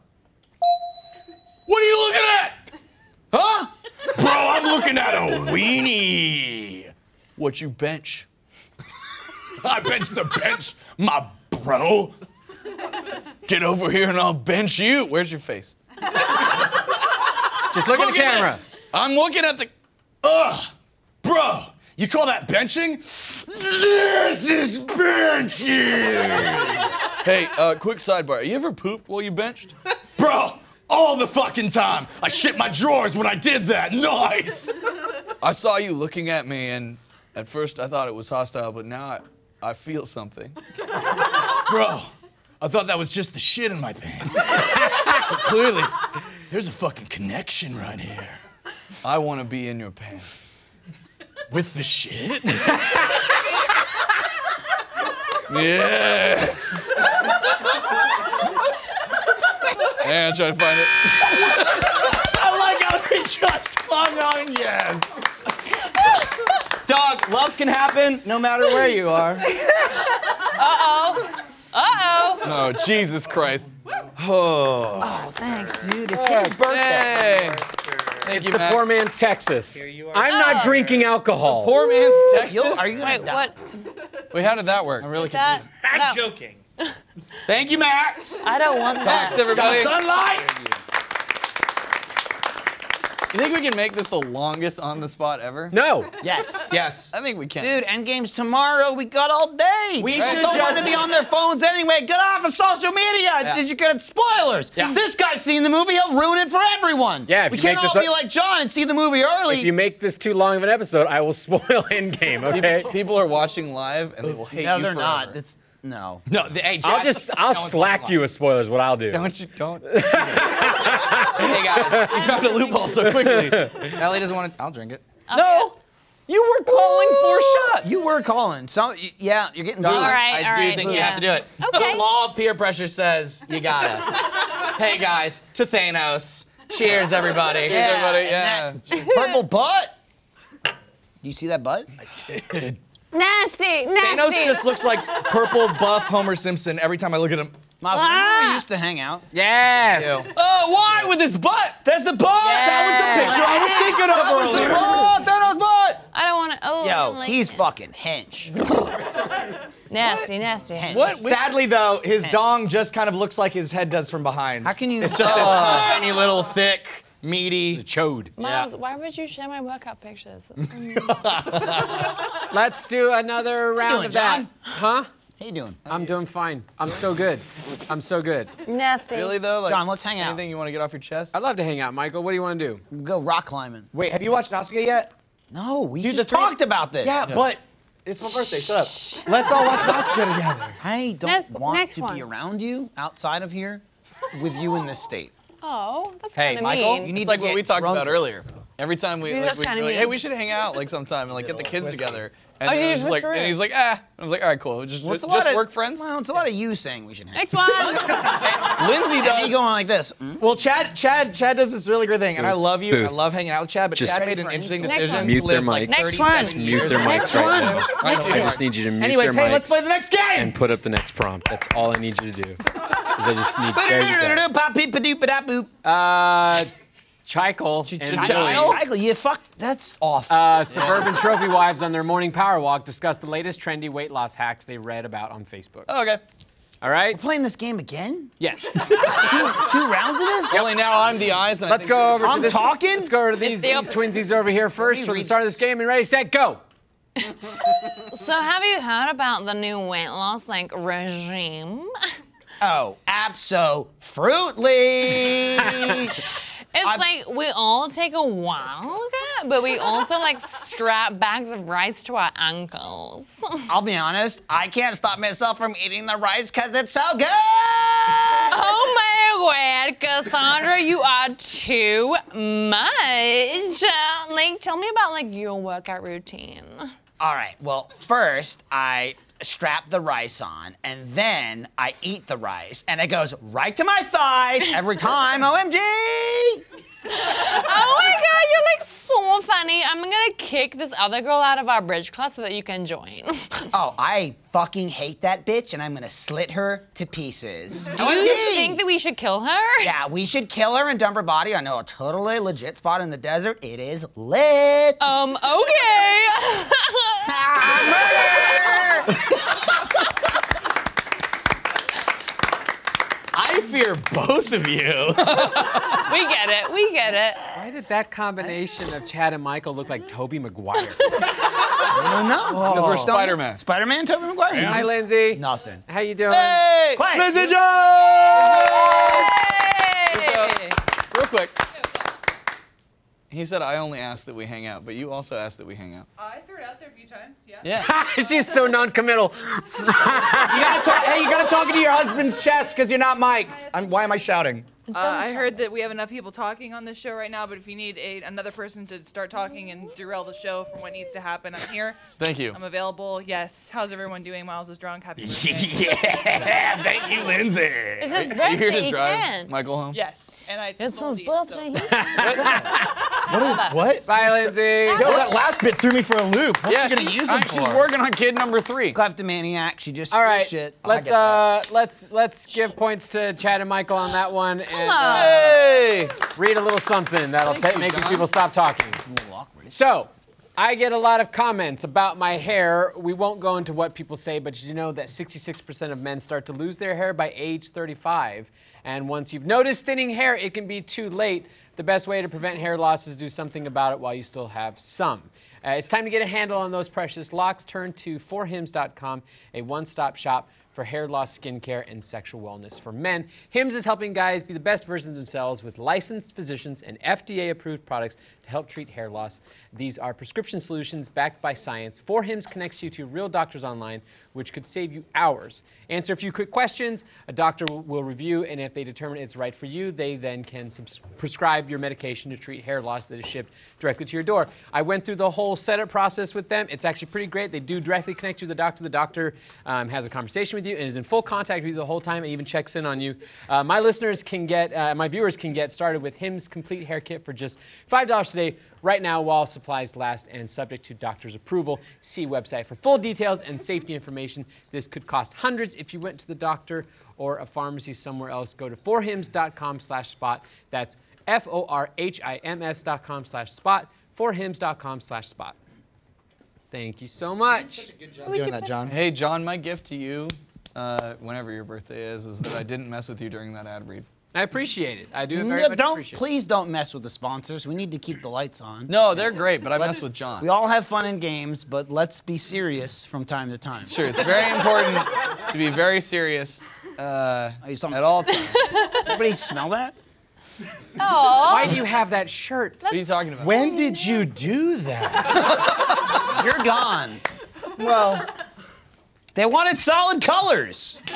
[SPEAKER 4] What are you looking at? Huh?
[SPEAKER 9] Bro, I'm looking at a weenie.
[SPEAKER 4] What you bench?
[SPEAKER 9] I bench the bench, my bro.
[SPEAKER 4] Get over here and I'll bench you. Where's your face?
[SPEAKER 2] Just look, at the
[SPEAKER 4] Look at
[SPEAKER 2] camera.
[SPEAKER 4] this. I'm looking at the.
[SPEAKER 9] Ugh, bro. You call that benching? This is benching.
[SPEAKER 4] Hey, uh, quick sidebar. you ever pooped while you benched?
[SPEAKER 9] Bro, all the fucking time. I shit my drawers when I did that. Nice.
[SPEAKER 4] I saw you looking at me, and at first I thought it was hostile, but now I, I feel something.
[SPEAKER 9] Bro, I thought that was just the shit in my pants. But clearly, there's a fucking connection right here.
[SPEAKER 4] I want to be in your pants.
[SPEAKER 9] With the shit? yeah.
[SPEAKER 4] Hey, I'm trying to find it.
[SPEAKER 9] I like how they just hung on, yes.
[SPEAKER 8] Dog, love can happen no matter where you are.
[SPEAKER 6] Uh-oh.
[SPEAKER 4] Oh, Jesus Christ.
[SPEAKER 5] Oh, thanks, dude. It's his birthday.
[SPEAKER 4] Hey.
[SPEAKER 2] It's
[SPEAKER 4] you,
[SPEAKER 2] the
[SPEAKER 4] Matt.
[SPEAKER 2] poor man's Texas. I'm not drinking alcohol.
[SPEAKER 4] Poor man's Texas.
[SPEAKER 5] Yo, are you gonna
[SPEAKER 7] Wait, what?
[SPEAKER 4] Wait, how did that work? I'm really
[SPEAKER 7] That, that,
[SPEAKER 10] joking.
[SPEAKER 8] Thank you, Max.
[SPEAKER 7] I don't want
[SPEAKER 4] Thanks,
[SPEAKER 7] that.
[SPEAKER 4] everybody.
[SPEAKER 8] Sunlight.
[SPEAKER 4] You think we can make this the longest on the spot ever?
[SPEAKER 2] no.
[SPEAKER 5] Yes.
[SPEAKER 8] Yes.
[SPEAKER 4] I think we can.
[SPEAKER 5] Dude, Endgame's tomorrow. We got all day.
[SPEAKER 8] We
[SPEAKER 5] People
[SPEAKER 8] should
[SPEAKER 5] don't want
[SPEAKER 8] just-
[SPEAKER 5] to be on their phones anyway. Get off of social media. Did you get spoilers? This guy's seen the movie. He'll ruin it for everyone.
[SPEAKER 2] Yeah, if
[SPEAKER 5] we
[SPEAKER 2] you
[SPEAKER 5] can't
[SPEAKER 2] make
[SPEAKER 5] all
[SPEAKER 2] this
[SPEAKER 5] be
[SPEAKER 2] up-
[SPEAKER 5] like John and see the movie early.
[SPEAKER 2] If you make this too long of an episode, I will spoil Endgame. Okay.
[SPEAKER 4] People are watching live and they will hate
[SPEAKER 5] no,
[SPEAKER 4] you
[SPEAKER 5] they're
[SPEAKER 4] forever.
[SPEAKER 5] not. It's no.
[SPEAKER 8] No, the, hey,
[SPEAKER 2] I'll
[SPEAKER 8] Jack-
[SPEAKER 2] just I'll slack you with spoilers. What I'll do.
[SPEAKER 4] Don't you don't. hey guys, you found a loophole so quickly. Ellie doesn't want to. I'll drink it.
[SPEAKER 7] No.
[SPEAKER 4] You were calling for shots.
[SPEAKER 5] You were calling. So y- yeah, you're getting.
[SPEAKER 7] All
[SPEAKER 5] booed.
[SPEAKER 7] right,
[SPEAKER 8] I
[SPEAKER 7] all
[SPEAKER 8] do
[SPEAKER 7] right,
[SPEAKER 8] think you
[SPEAKER 7] yeah.
[SPEAKER 8] have to do it.
[SPEAKER 7] Okay.
[SPEAKER 8] The law of peer pressure says you gotta. hey guys, to Thanos. Cheers, everybody.
[SPEAKER 4] Cheers, everybody. Yeah.
[SPEAKER 5] and Purple butt. You see that butt?
[SPEAKER 7] Nasty,
[SPEAKER 8] Thanos
[SPEAKER 7] nasty.
[SPEAKER 8] just looks like purple buff Homer Simpson every time I look at him.
[SPEAKER 5] Miles, remember
[SPEAKER 7] Ah.
[SPEAKER 5] we used to hang out.
[SPEAKER 2] Yes.
[SPEAKER 4] Oh, why with his butt?
[SPEAKER 8] There's the butt. That was the picture I was thinking of earlier.
[SPEAKER 5] Oh, Thanos butt.
[SPEAKER 7] I don't want to. Oh, I
[SPEAKER 5] Yo,
[SPEAKER 7] don't like
[SPEAKER 5] he's
[SPEAKER 7] it.
[SPEAKER 5] fucking hench.
[SPEAKER 7] nasty, nasty.
[SPEAKER 4] What? Which-
[SPEAKER 8] Sadly, though, his dong just kind of looks like his head does from behind.
[SPEAKER 5] How can you-
[SPEAKER 8] It's just this
[SPEAKER 5] Oh.
[SPEAKER 8] tiny little thick, meaty.
[SPEAKER 2] Chode.
[SPEAKER 7] Miles, why would you share my workout pictures? That's so mean.
[SPEAKER 2] Let's do another round
[SPEAKER 5] doing,
[SPEAKER 2] of that.
[SPEAKER 5] John?
[SPEAKER 2] Huh?
[SPEAKER 5] How you doing?
[SPEAKER 2] I'm doing fine. I'm so good. I'm so good.
[SPEAKER 7] Nasty.
[SPEAKER 4] Really though, like,
[SPEAKER 5] John, let's hang out.
[SPEAKER 4] Anything you want to get off your chest?
[SPEAKER 2] I'd love to hang out, Michael. What do you want to do?
[SPEAKER 5] Go rock climbing.
[SPEAKER 8] Wait, have you watched Nausicaa yet?
[SPEAKER 5] No, we
[SPEAKER 8] Dude,
[SPEAKER 5] just
[SPEAKER 8] the three-
[SPEAKER 5] talked about this.
[SPEAKER 8] Yeah, but it's my birthday. Shut up. Let's all watch Nausicaa together.
[SPEAKER 5] I don't
[SPEAKER 7] Next-
[SPEAKER 5] want
[SPEAKER 7] next
[SPEAKER 5] to
[SPEAKER 7] one.
[SPEAKER 5] be around you outside of here with you in this state.
[SPEAKER 6] Oh, that's
[SPEAKER 4] Hey,
[SPEAKER 6] kind of
[SPEAKER 4] Michael,
[SPEAKER 6] mean.
[SPEAKER 5] You need
[SPEAKER 4] it's like
[SPEAKER 5] to
[SPEAKER 4] what
[SPEAKER 5] get
[SPEAKER 4] we talked about
[SPEAKER 5] drunker.
[SPEAKER 4] earlier. Every time we,
[SPEAKER 6] Dude,
[SPEAKER 4] like,
[SPEAKER 6] that's
[SPEAKER 4] we
[SPEAKER 6] kinda
[SPEAKER 4] we're like, hey,
[SPEAKER 6] mean.
[SPEAKER 4] we should hang out like sometime and like get the kids together. And
[SPEAKER 6] Oh,
[SPEAKER 4] then
[SPEAKER 6] you
[SPEAKER 4] it was
[SPEAKER 6] just
[SPEAKER 4] like,
[SPEAKER 6] threw
[SPEAKER 4] and
[SPEAKER 6] it.
[SPEAKER 4] he's like, ah. I was like, all right, cool. Just,
[SPEAKER 5] Well, it's
[SPEAKER 4] just,
[SPEAKER 5] a lot of-
[SPEAKER 4] work friends.
[SPEAKER 5] Well, it's a lot of you saying we should hang.
[SPEAKER 6] Next one.
[SPEAKER 4] Lindsay
[SPEAKER 5] And
[SPEAKER 4] does.
[SPEAKER 5] me going like this. mm?
[SPEAKER 8] Well, Chad, Chad, Chad does this really good thing, and I love you, and I
[SPEAKER 10] Booth.
[SPEAKER 8] love hanging out with Chad, but
[SPEAKER 10] Just
[SPEAKER 8] Chad made an
[SPEAKER 5] Next
[SPEAKER 8] interesting
[SPEAKER 5] one.
[SPEAKER 8] decision
[SPEAKER 10] Mute
[SPEAKER 8] to
[SPEAKER 10] their
[SPEAKER 8] live like
[SPEAKER 10] mics.
[SPEAKER 8] 30
[SPEAKER 7] Next one.
[SPEAKER 10] Just mute their
[SPEAKER 7] Next
[SPEAKER 10] mics right
[SPEAKER 7] one.
[SPEAKER 10] now. I
[SPEAKER 7] Next one.
[SPEAKER 10] just need you to mute
[SPEAKER 8] Anyways,
[SPEAKER 10] their
[SPEAKER 8] hey,
[SPEAKER 10] mics
[SPEAKER 8] let's play the next game!
[SPEAKER 10] and put up the next prompt. That's all I need you to do. Is I just need there you go.
[SPEAKER 5] Pop-pee-pa-doop-a-dop-boop.
[SPEAKER 2] Uh, Chicle and Billy,
[SPEAKER 5] Michael, you fucked. That's awful.
[SPEAKER 2] uh, suburban trophy wives on their morning power walk discuss the latest trendy weight loss hacks they read about on Facebook.
[SPEAKER 4] Oh, okay.
[SPEAKER 2] All right?
[SPEAKER 5] Playing this game again?
[SPEAKER 2] Yes.
[SPEAKER 5] two, two rounds of this?
[SPEAKER 4] Only now I'm the eyes. And I
[SPEAKER 2] Let's
[SPEAKER 4] think
[SPEAKER 2] go over to
[SPEAKER 5] I'm
[SPEAKER 2] this.
[SPEAKER 5] talking?
[SPEAKER 2] Let's go over to these,
[SPEAKER 6] the
[SPEAKER 2] these twinsies over here first for the
[SPEAKER 5] read
[SPEAKER 2] start of this game. And ready, set, go.
[SPEAKER 6] so, have you heard about the new weight loss like regime?
[SPEAKER 5] Oh, absolutely.
[SPEAKER 6] It's like we all take a walk, but we also like strap bags of rice to our ankles.
[SPEAKER 5] I'll be honest, I can't stop myself from eating the rice because it's so good.
[SPEAKER 6] oh my god, Cassandra, you are too much. Uh, Like, tell me about like your workout routine.
[SPEAKER 5] All right. Well, first I strap the rice on, and then I eat the rice, and it goes right to my thighs every time. OMG!
[SPEAKER 6] Oh my god, you're like so funny. I'm gonna kick this other girl out of our bridge class so that you can join.
[SPEAKER 5] Oh, I fucking hate that bitch, and I'm gonna slit her to pieces.
[SPEAKER 6] Do you think that we should kill her?
[SPEAKER 5] Yeah, we should kill her and dump her body. I know a totally legit spot in the desert. It is lit.
[SPEAKER 6] Um, okay.
[SPEAKER 5] Ah, murder!
[SPEAKER 9] I fear both of you.
[SPEAKER 6] we get it, we get it.
[SPEAKER 2] Why did that combination of Chad and Michael look like Toby Maguire?
[SPEAKER 5] no, no.
[SPEAKER 4] Because we're Spider-Man.
[SPEAKER 5] Spider-Man, Tobey Maguire.
[SPEAKER 2] Hi, Lindsay.
[SPEAKER 5] Nothing.
[SPEAKER 2] How you doing?
[SPEAKER 6] Hey!
[SPEAKER 5] Quiet.
[SPEAKER 6] Hey!
[SPEAKER 4] Real quick. He said, I only asked that we hang out, but you also asked that we hang out.
[SPEAKER 11] I threw it out there a few times, yeah.
[SPEAKER 2] She's so non-committal.
[SPEAKER 8] You gotta talk, hey, you gotta talk into your husband's chest because you're not mic'd. I'm, why am I shouting?
[SPEAKER 11] Uh, I heard that we have enough people talking on this show right now, but if you need a, another person to start talking and derail the show from what needs to happen, I'm here.
[SPEAKER 4] Thank you.
[SPEAKER 11] I'm available. Yes. How's everyone doing? Miles is drunk. Happy birthday.
[SPEAKER 9] yeah, thank you, Lindsay.
[SPEAKER 6] It's his
[SPEAKER 4] Are you here
[SPEAKER 6] birthday
[SPEAKER 4] to drive
[SPEAKER 6] again.
[SPEAKER 4] Michael home?
[SPEAKER 11] yes. And I
[SPEAKER 7] It's
[SPEAKER 11] stole
[SPEAKER 7] his
[SPEAKER 11] these,
[SPEAKER 7] birthday.
[SPEAKER 11] so-
[SPEAKER 7] He
[SPEAKER 8] What?
[SPEAKER 2] Bye, Lindsay.
[SPEAKER 8] Yo, that last bit threw me for a loop. What
[SPEAKER 4] Yeah,
[SPEAKER 8] are you gonna
[SPEAKER 4] she-
[SPEAKER 8] use
[SPEAKER 4] I-
[SPEAKER 8] him
[SPEAKER 4] she's
[SPEAKER 8] for?
[SPEAKER 4] working on kid number three.
[SPEAKER 5] Kleptomaniac. She just
[SPEAKER 2] All right,
[SPEAKER 5] shit.
[SPEAKER 2] let's
[SPEAKER 8] I get
[SPEAKER 2] uh, let's let's give points to Chad and Michael on that one, and uh,
[SPEAKER 4] Hey!
[SPEAKER 2] read a little something that'll ta-
[SPEAKER 4] you,
[SPEAKER 2] make these
[SPEAKER 4] John.
[SPEAKER 2] people stop talking. So, I get a lot of comments about my hair. We won't go into what people say, but did you know that 66% of men start to lose their hair by age 35? And once you've noticed thinning hair, it can be too late. The best way to prevent hair loss is do something about it while you still have some. Uh, it's time to get a handle on those precious locks. Turn to 4hims.com, a one-stop shop for hair loss, skincare, and sexual wellness for men. Hims is helping guys be the best versions of themselves with licensed physicians and FDA approved products to help treat hair loss. These are prescription solutions backed by science. For Hims connects you to real doctors online, which could save you hours. Answer a few quick questions, a doctor will- will review, and if they determine it's right for you, they then can subs- prescribe your medication to treat hair loss that is shipped directly to your door. I went through the whole setup process with them. It's actually pretty great. They do directly connect you to the doctor. The doctor um, has a conversation with you and is in full contact with you the whole time and even checks in on you. Uh, my listeners can get, uh, my viewers can get started with Hims Complete Hair Kit for just $5 today, right now, while supplies last and subject to doctor's approval. See website for full details and safety information. This could cost hundreds if you went to the doctor or a pharmacy somewhere else. Go to forhims.com slash spot. That's F O R H I M S dot com slash spot, forhims.com slash spot. Thank you so much.
[SPEAKER 8] doing that, John.
[SPEAKER 4] Hey, John, my gift to you, uh, whenever your birthday is, was that I didn't mess with you during that ad read.
[SPEAKER 2] I appreciate it. I do it very
[SPEAKER 5] No,
[SPEAKER 2] much
[SPEAKER 5] don't
[SPEAKER 2] appreciate it.
[SPEAKER 5] please don't mess with the sponsors. We need to keep the lights on.
[SPEAKER 4] No, they're great, but I mess
[SPEAKER 5] Let's-
[SPEAKER 4] with John.
[SPEAKER 5] We all have fun and games, but let's be serious from time to time.
[SPEAKER 4] Sure, it's very important to be very serious uh, at all times.
[SPEAKER 5] Everybody smell that?
[SPEAKER 2] Why
[SPEAKER 6] Oh,
[SPEAKER 2] do you have that shirt?
[SPEAKER 4] What are you talking about?
[SPEAKER 8] When did you do that?
[SPEAKER 5] You're gone.
[SPEAKER 8] well,
[SPEAKER 5] They wanted solid colors.
[SPEAKER 2] We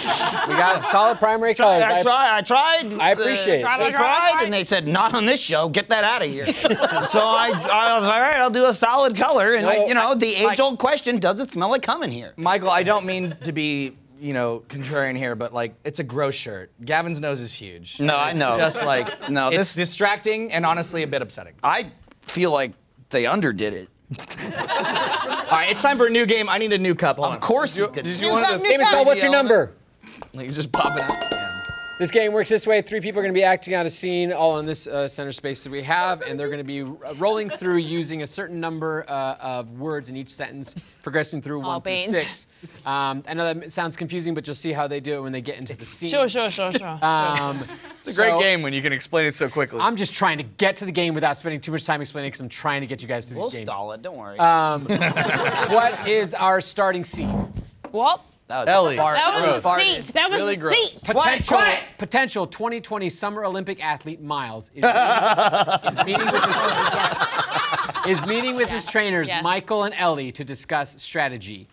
[SPEAKER 2] got solid primary colors.
[SPEAKER 5] I,
[SPEAKER 2] I-
[SPEAKER 5] tried. I tried.
[SPEAKER 2] I appreciate it.
[SPEAKER 5] They tried, and they said, "Not on this show. Get that out of here." so I, I was all right. I'll do a solid color, and I, you know, the age-old question: Does it smell like coming here?
[SPEAKER 8] Michael, I don't mean to be, you know, contrarian here, but like, it's a gross shirt. Gavin's nose is huge.
[SPEAKER 5] No, I
[SPEAKER 8] It's
[SPEAKER 5] know.
[SPEAKER 8] Just like,
[SPEAKER 5] No,
[SPEAKER 8] it's
[SPEAKER 5] this-
[SPEAKER 8] distracting and honestly a bit upsetting.
[SPEAKER 5] I feel like they underdid it.
[SPEAKER 8] All right, it's time for a new game. I need a new cup. Hold
[SPEAKER 5] Of
[SPEAKER 8] on.
[SPEAKER 5] course, you could.
[SPEAKER 4] Did you want
[SPEAKER 2] Game is called What's Your Number?
[SPEAKER 4] Like, you just pop it out.
[SPEAKER 2] This game works this way. Three people are going to be acting out a scene all in this uh, center space that we have, and they're going to be r- uh, rolling through using a certain number uh, of words in each sentence, progressing through
[SPEAKER 6] All
[SPEAKER 2] one through
[SPEAKER 6] beans.
[SPEAKER 2] six. Um, I know that sounds confusing, but you'll see how they do it when they get into the scene.
[SPEAKER 6] sure, sure, sure, sure.
[SPEAKER 2] Um,
[SPEAKER 4] It's a great
[SPEAKER 2] so
[SPEAKER 4] game when you can explain it so quickly.
[SPEAKER 2] I'm just trying to get to the game without spending too much time explaining because I'm trying to get you guys through
[SPEAKER 5] We'll
[SPEAKER 2] these games.
[SPEAKER 5] stall it. Don't worry.
[SPEAKER 2] What is our starting scene?
[SPEAKER 6] well,
[SPEAKER 5] that was
[SPEAKER 4] Ellie.
[SPEAKER 5] far-
[SPEAKER 6] that was
[SPEAKER 4] Gross.
[SPEAKER 6] a seat. That was
[SPEAKER 4] Really
[SPEAKER 6] a
[SPEAKER 4] gross.
[SPEAKER 6] seat.
[SPEAKER 2] Potential, potential 2020 Summer Olympic athlete Miles is, is meeting with his, is meeting with his trainers
[SPEAKER 6] yes.
[SPEAKER 2] Michael and Ellie to discuss strategy.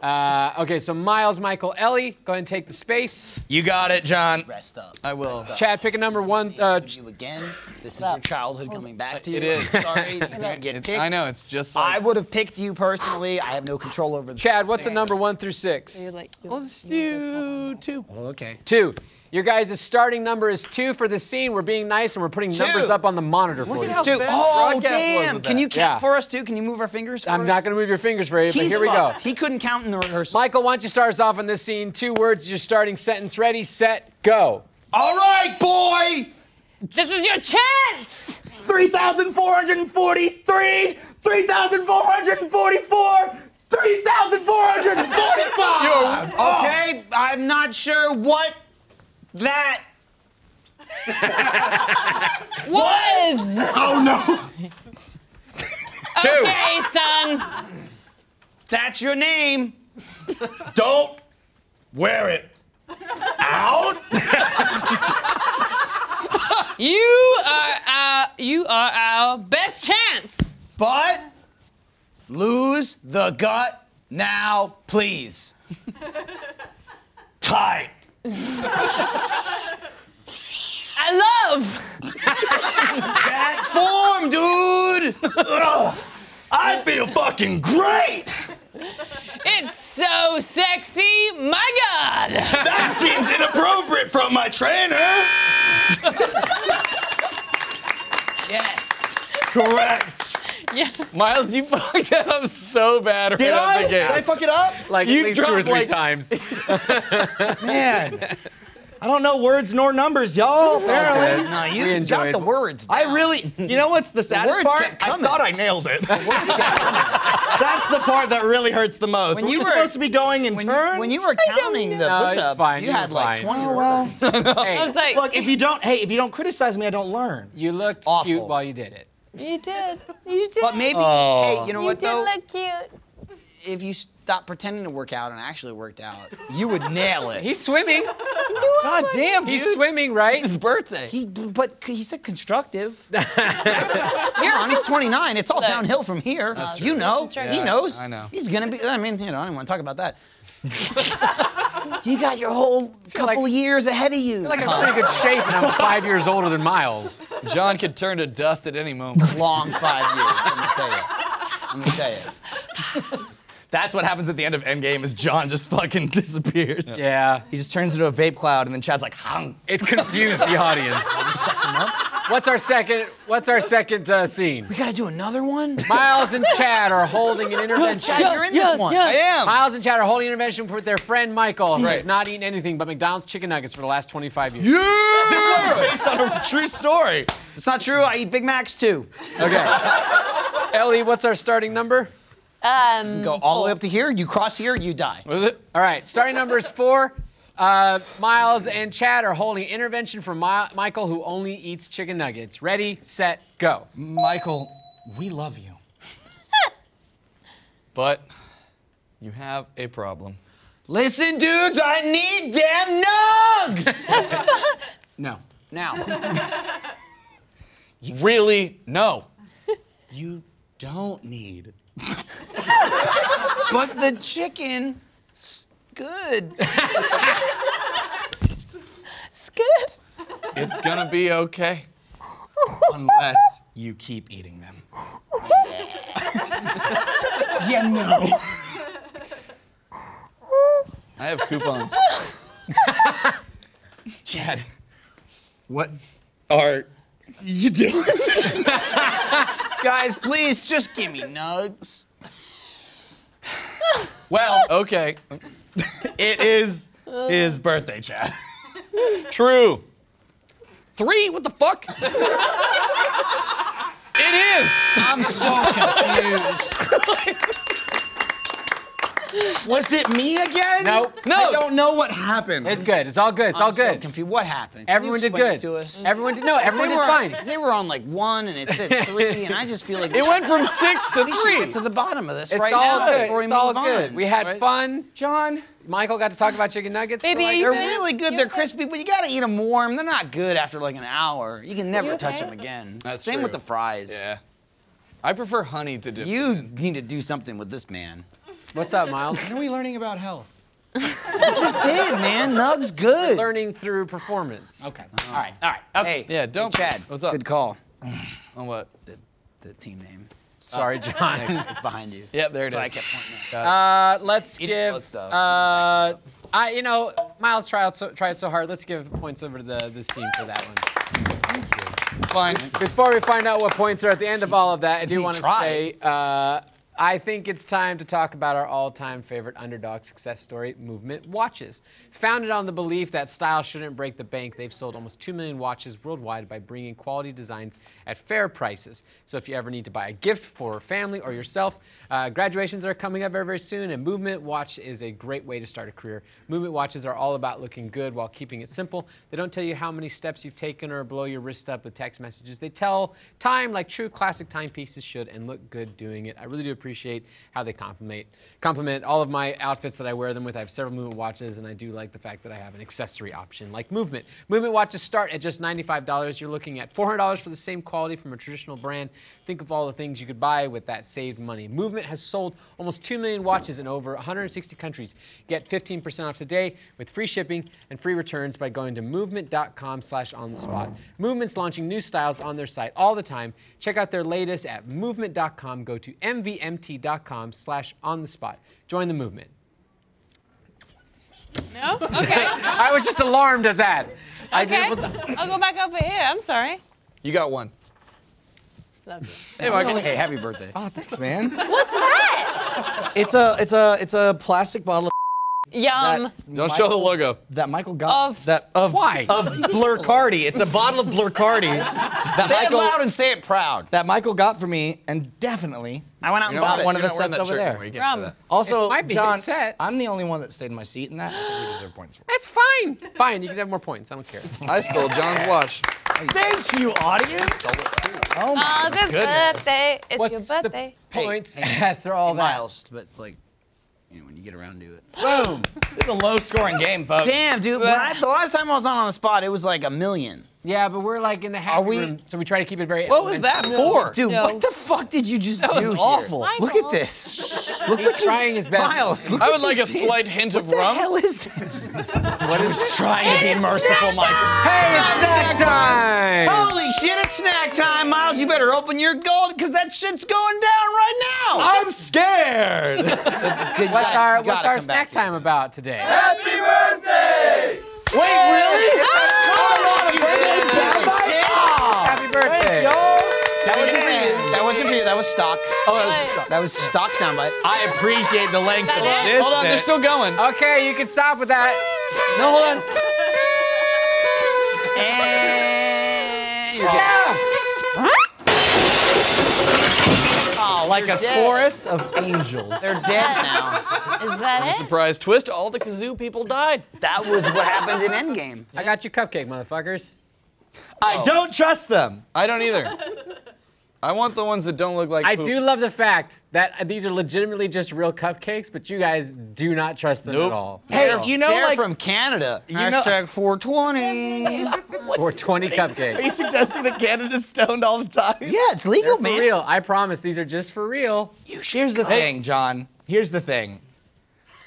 [SPEAKER 2] Uh, okay, so Miles, Michael, Ellie, go ahead and take the space.
[SPEAKER 4] you got it, John.
[SPEAKER 5] Rest up.
[SPEAKER 4] I will.
[SPEAKER 5] Rest up.
[SPEAKER 2] Chad, pick a number one. Uh,
[SPEAKER 5] you again. This is your childhood coming back to you.
[SPEAKER 4] It is.
[SPEAKER 5] I'm sorry you didn't get picked.
[SPEAKER 4] I know, it's just like.
[SPEAKER 5] I would have picked you personally. I have no control over the
[SPEAKER 2] Chad, what's a number one through six?
[SPEAKER 6] Let's do two.
[SPEAKER 5] Oh, Okay.
[SPEAKER 2] Two. Your guys' starting number is two for the scene. We're being nice and we're putting numbers up on the monitor for you.
[SPEAKER 5] Two. Oh damn!
[SPEAKER 4] with
[SPEAKER 5] Can you count
[SPEAKER 2] Yeah.
[SPEAKER 5] for us too? Can you move our fingers?
[SPEAKER 2] I'm
[SPEAKER 5] forward?
[SPEAKER 2] not going to move your fingers for you, but
[SPEAKER 5] He's
[SPEAKER 2] here we go.
[SPEAKER 5] fucked. He couldn't count in the rehearsal.
[SPEAKER 2] Michael, why don't you start us off on this scene? Two words, your starting sentence. Ready, set, go.
[SPEAKER 5] All right, boy.
[SPEAKER 6] This is your chance.
[SPEAKER 5] 3,443, 3,444, 3,445! Okay, I'm not sure what that
[SPEAKER 6] Was.
[SPEAKER 5] Oh no!
[SPEAKER 6] Okay, son.
[SPEAKER 5] That's your name.
[SPEAKER 9] Don't wear it out.
[SPEAKER 6] You are our, you are our best chance.
[SPEAKER 5] But lose the gut now, please.
[SPEAKER 9] Tight.
[SPEAKER 6] I love.
[SPEAKER 5] That form, dude!
[SPEAKER 9] Ugh. I feel fucking great.
[SPEAKER 6] It's so sexy. My God.
[SPEAKER 9] That seems inappropriate from my trainer.
[SPEAKER 5] Yes.
[SPEAKER 9] Correct.
[SPEAKER 6] Yeah.
[SPEAKER 4] Miles, you fucked that up so bad right
[SPEAKER 8] Did
[SPEAKER 4] out
[SPEAKER 8] I?
[SPEAKER 4] the
[SPEAKER 8] Did
[SPEAKER 4] gate.
[SPEAKER 8] I fuck it up?
[SPEAKER 2] Like
[SPEAKER 4] You
[SPEAKER 2] at least two or
[SPEAKER 4] dropped,
[SPEAKER 2] three
[SPEAKER 4] like-
[SPEAKER 2] times.
[SPEAKER 8] Man, I don't know words nor numbers, y'all. Apparently.
[SPEAKER 5] No,
[SPEAKER 2] We
[SPEAKER 5] you
[SPEAKER 2] enjoyed-
[SPEAKER 5] got the words.
[SPEAKER 8] I really, you know what's the saddest
[SPEAKER 5] words
[SPEAKER 8] part?
[SPEAKER 5] kept
[SPEAKER 8] I
[SPEAKER 5] coming.
[SPEAKER 8] thought I nailed it. That's the part that really hurts the most.
[SPEAKER 5] When
[SPEAKER 8] We're
[SPEAKER 5] you were-
[SPEAKER 8] supposed to be going in
[SPEAKER 5] When you,
[SPEAKER 8] turns.
[SPEAKER 5] when you were counting the
[SPEAKER 2] know. No, it's
[SPEAKER 5] push-ups,
[SPEAKER 2] fine.
[SPEAKER 5] you
[SPEAKER 2] You
[SPEAKER 5] had
[SPEAKER 2] were
[SPEAKER 5] like
[SPEAKER 2] fine.
[SPEAKER 5] 20
[SPEAKER 8] Oh,
[SPEAKER 5] or
[SPEAKER 8] well.
[SPEAKER 6] I was like,
[SPEAKER 8] Look, if you don't, hey, if you don't criticize me, I don't learn.
[SPEAKER 2] You looked
[SPEAKER 5] Awful.
[SPEAKER 2] cute while you did it.
[SPEAKER 7] You did. You did.
[SPEAKER 5] But maybe,
[SPEAKER 6] Oh.
[SPEAKER 5] hey, you know
[SPEAKER 7] you
[SPEAKER 5] what
[SPEAKER 7] did
[SPEAKER 5] though?
[SPEAKER 7] look cute.
[SPEAKER 5] if you stopped pretending to work out and actually worked out, you would nail it.
[SPEAKER 2] He's swimming. God damn, he's swimming, right?
[SPEAKER 4] It's his birthday.
[SPEAKER 5] He, but he said constructive. Come on, he's 29. It's all downhill from here. You know. He
[SPEAKER 4] Yeah,
[SPEAKER 5] knows.
[SPEAKER 4] I know.
[SPEAKER 5] He's gonna be. I mean, you know, I don't want to talk about that. you got your whole couple years ahead of you.
[SPEAKER 2] like I'm in pretty good shape, and I'm five years older than Miles.
[SPEAKER 4] John could turn to dust at any moment.
[SPEAKER 5] long five years. Let me tell you. Let me tell you.
[SPEAKER 8] That's what happens at the end of Endgame is John just fucking disappears.
[SPEAKER 2] Yeah,
[SPEAKER 8] He just turns into a vape cloud, and then Chad's like, hung.
[SPEAKER 2] it confused the audience. What's our second? What's our second uh, scene?
[SPEAKER 5] We gotta do another one.
[SPEAKER 2] Miles and Chad are holding an intervention.
[SPEAKER 5] Chad, you're in this one.
[SPEAKER 4] I am.
[SPEAKER 2] Miles and Chad are holding an intervention with their friend Michael, who has
[SPEAKER 4] Right.
[SPEAKER 2] not eaten anything but McDonald's chicken nuggets for the last 25 years.
[SPEAKER 8] This one's based on a true story.
[SPEAKER 5] It's not true. I eat Big Macs too.
[SPEAKER 2] Ellie, what's our starting number?
[SPEAKER 6] um,
[SPEAKER 5] Go all the way up to here. You cross here, you die.
[SPEAKER 4] What is it?
[SPEAKER 2] All right, starting number is four. Uh, Miles and Chad are holding intervention for Mi- Michael, who only eats chicken nuggets. Ready, set, go.
[SPEAKER 9] Michael, we love you.
[SPEAKER 4] But you have a problem.
[SPEAKER 5] Listen, dudes, I need damn nugs!
[SPEAKER 9] No.
[SPEAKER 5] now,
[SPEAKER 4] Really? No.
[SPEAKER 9] You don't need.
[SPEAKER 5] but the chicken, s- good.
[SPEAKER 7] Good.
[SPEAKER 4] It's gonna be okay.
[SPEAKER 9] Unless you keep eating them. yeah, no.
[SPEAKER 4] I have coupons.
[SPEAKER 9] Chad, what are you doing?
[SPEAKER 5] Guys, please just give me nugs.
[SPEAKER 9] Well,
[SPEAKER 4] Okay.
[SPEAKER 9] it is his birthday, Chad.
[SPEAKER 4] True. Three? What the fuck? it is.
[SPEAKER 5] I'm so confused.
[SPEAKER 9] Was it me again?
[SPEAKER 2] Nope.
[SPEAKER 9] No. I don't know what happened.
[SPEAKER 4] Mm-hmm.
[SPEAKER 2] It's good. It's all good. It's all
[SPEAKER 5] I'm so
[SPEAKER 2] good.
[SPEAKER 5] confused. What happened? Can you
[SPEAKER 2] Everyone did
[SPEAKER 5] explain it
[SPEAKER 2] good.
[SPEAKER 5] To us?
[SPEAKER 2] Everyone did no. Everyone
[SPEAKER 5] they
[SPEAKER 2] did
[SPEAKER 5] were,
[SPEAKER 2] fine.
[SPEAKER 5] They were on like one, and it's at three, and I just feel like
[SPEAKER 4] It went from six to
[SPEAKER 5] we should get
[SPEAKER 4] three.
[SPEAKER 5] to the bottom of this
[SPEAKER 2] It's
[SPEAKER 5] right
[SPEAKER 2] all
[SPEAKER 5] now
[SPEAKER 2] good.
[SPEAKER 5] before we
[SPEAKER 2] It's
[SPEAKER 5] move
[SPEAKER 2] all
[SPEAKER 5] on.
[SPEAKER 2] good. We had
[SPEAKER 5] right?
[SPEAKER 2] fun.
[SPEAKER 5] John,
[SPEAKER 2] Michael got to talk about chicken nuggets. for
[SPEAKER 6] Baby,
[SPEAKER 2] like-
[SPEAKER 6] are you
[SPEAKER 5] they're
[SPEAKER 6] Yeah.
[SPEAKER 5] really good.
[SPEAKER 6] You
[SPEAKER 5] They're
[SPEAKER 6] okay?
[SPEAKER 5] crispy, but you gotta eat them warm. They're not good after like an hour. You can never
[SPEAKER 7] You
[SPEAKER 5] touch
[SPEAKER 7] okay?
[SPEAKER 5] them again.
[SPEAKER 4] That's
[SPEAKER 5] Same with
[SPEAKER 4] true.
[SPEAKER 5] the fries.
[SPEAKER 4] Yeah. I prefer honey to dip.
[SPEAKER 5] You need to do something with this man.
[SPEAKER 2] What's up, Miles?
[SPEAKER 8] When are we learning about health?
[SPEAKER 5] You just did, man. Nug's good.
[SPEAKER 2] Learning through performance.
[SPEAKER 8] Okay.
[SPEAKER 5] All right, all right. Okay.
[SPEAKER 4] Yeah, don't-
[SPEAKER 5] Hey, Chad.
[SPEAKER 4] What's up?
[SPEAKER 5] Good call.
[SPEAKER 4] on what?
[SPEAKER 5] The team name.
[SPEAKER 2] Sorry, John.
[SPEAKER 5] it's behind you.
[SPEAKER 4] Yep, there it is.
[SPEAKER 5] So I kept pointing at.
[SPEAKER 2] Uh, let's
[SPEAKER 5] It
[SPEAKER 2] give.
[SPEAKER 5] looked up.
[SPEAKER 2] Uh, I, you know, Miles tried so, tried so hard. Let's give points over to the this team for that one.
[SPEAKER 4] Fine.
[SPEAKER 2] Before we find out what points are at the end of all of that, I do want to
[SPEAKER 5] tried.
[SPEAKER 2] say. Uh, I think it's time to talk about our all time favorite underdog success story movement watches. Founded on the belief that style shouldn't break the bank, they've sold almost 2 million watches worldwide by bringing quality designs at fair prices. So if you ever need to buy a gift for family or yourself, uh, graduations are coming up very, very soon, and Movement Watch is a great way to start a career. Movement Watches are all about looking good while keeping it simple. They don't tell you how many steps you've taken or blow your wrist up with text messages. They tell time like true classic timepieces should and look good doing it. I really do appreciate how they compliment compliment all of my outfits that I wear them with. I have several Movement watches, and I do like the fact that I have an accessory option like Movement. Movement watches start at just $95. You're looking at $400 for the same quality from a traditional brand. Think of all the things you could buy with that saved money. Movement has sold almost 2 million watches in over 160 countries. Get 15% off today with free shipping and free returns by going to movement.com slash on the spot. Movement's launching new styles on their site all the time. Check out their latest at movement.com. Go to mvmt.com slash on the spot. Join the movement.
[SPEAKER 6] No? Okay.
[SPEAKER 2] I was just alarmed at that. I
[SPEAKER 6] Okay.
[SPEAKER 2] did, what the-
[SPEAKER 6] I'll go back over here. I'm sorry.
[SPEAKER 4] You got one.
[SPEAKER 7] Love you.
[SPEAKER 5] Hey, Michael. Hey, happy birthday.
[SPEAKER 8] Oh, thanks, man.
[SPEAKER 7] What's that?
[SPEAKER 8] it's a it's a it's a plastic bottle of
[SPEAKER 6] Yum.
[SPEAKER 4] Don't show the logo.
[SPEAKER 8] that Michael got
[SPEAKER 6] Of-
[SPEAKER 8] that of
[SPEAKER 2] Why?
[SPEAKER 8] of Blurcardi. It's a bottle of Blurcardi that
[SPEAKER 5] Say it
[SPEAKER 8] Michael
[SPEAKER 5] loud and say it proud.
[SPEAKER 8] that Michael got for me, and definitely
[SPEAKER 5] I went out
[SPEAKER 4] You're not
[SPEAKER 5] and bought
[SPEAKER 8] Got
[SPEAKER 4] wearing-
[SPEAKER 5] it.
[SPEAKER 8] one of
[SPEAKER 4] you're
[SPEAKER 8] the
[SPEAKER 4] not wearing
[SPEAKER 8] sets
[SPEAKER 4] that
[SPEAKER 8] over
[SPEAKER 4] shirt
[SPEAKER 8] there.
[SPEAKER 4] anymore. You can't
[SPEAKER 6] Rum.
[SPEAKER 4] do that.
[SPEAKER 8] also
[SPEAKER 2] It might be his
[SPEAKER 8] John.
[SPEAKER 2] set.
[SPEAKER 8] I'm the only one that stayed in my seat in that. I think we deserve points.
[SPEAKER 2] That's fine. Fine, you can have more points. I don't care.
[SPEAKER 4] I stole John's watch.
[SPEAKER 8] Thank you, audience. Oh my.
[SPEAKER 6] Oh, it's his birthday. It's
[SPEAKER 2] What's
[SPEAKER 6] your
[SPEAKER 2] the
[SPEAKER 6] birthday.
[SPEAKER 2] points after all that?
[SPEAKER 5] Miles, but like, you know, when you get around to it.
[SPEAKER 8] Boom. This is a low-scoring game, folks.
[SPEAKER 5] Damn, dude. When I, the last time I was on on the spot, it was like a million.
[SPEAKER 2] Yeah, but we're like in the happy
[SPEAKER 5] we-
[SPEAKER 2] room, so we try to keep it very.
[SPEAKER 1] What was that for?
[SPEAKER 5] Dude,
[SPEAKER 6] No.
[SPEAKER 5] what the fuck did you just do?
[SPEAKER 8] This is
[SPEAKER 5] here?
[SPEAKER 8] awful.
[SPEAKER 5] Look at this. Look what you
[SPEAKER 2] trying his best.
[SPEAKER 5] Miles, look
[SPEAKER 4] I would
[SPEAKER 5] what you
[SPEAKER 4] like a
[SPEAKER 5] did.
[SPEAKER 4] slight hint of
[SPEAKER 5] What the
[SPEAKER 4] rum.
[SPEAKER 5] hell is this?
[SPEAKER 8] What is trying to be merciful, Michael?
[SPEAKER 2] Hey, it's snack time!
[SPEAKER 5] Holy shit, it's snack time, Miles. You better open your gold because that shit's going down right now.
[SPEAKER 8] I'm scared.
[SPEAKER 2] What's our What's our snack time about today?
[SPEAKER 8] Wait, really?
[SPEAKER 2] Oh, Happy birthday!
[SPEAKER 5] That wasn't for you. That wasn't for you. That was stock. Oh, that was stock. That was stock soundbite.
[SPEAKER 8] I appreciate the length of
[SPEAKER 6] That
[SPEAKER 8] this.
[SPEAKER 4] Hold on, they're
[SPEAKER 8] bit.
[SPEAKER 4] still going.
[SPEAKER 2] Okay, you can stop with that. No, hold on.
[SPEAKER 5] And
[SPEAKER 2] Yeah.
[SPEAKER 5] oh,
[SPEAKER 4] like a
[SPEAKER 5] dead.
[SPEAKER 4] chorus of angels.
[SPEAKER 5] They're dead now.
[SPEAKER 6] Is that it?
[SPEAKER 4] Surprise twist, all the kazoo people died.
[SPEAKER 5] That was what happened in Endgame.
[SPEAKER 2] I got you cupcake, motherfuckers.
[SPEAKER 8] I don't trust them.
[SPEAKER 4] I don't either. I want the ones that don't look like
[SPEAKER 2] I
[SPEAKER 4] poop.
[SPEAKER 2] do love the fact that these are legitimately just real cupcakes, but you guys do not trust them at
[SPEAKER 4] Nope.
[SPEAKER 2] all.
[SPEAKER 8] Hey, you know,
[SPEAKER 5] Oh. They're
[SPEAKER 8] like
[SPEAKER 5] from Canada.
[SPEAKER 8] You know-
[SPEAKER 5] Hashtag 420. yeah,
[SPEAKER 2] Or 20
[SPEAKER 8] Are you
[SPEAKER 2] cupcakes.
[SPEAKER 8] suggesting that Canada's stoned all the time?
[SPEAKER 5] it's legal,
[SPEAKER 2] For
[SPEAKER 5] man.
[SPEAKER 2] real, I promise these are just for real.
[SPEAKER 8] Here's the thing, John. Here's the thing.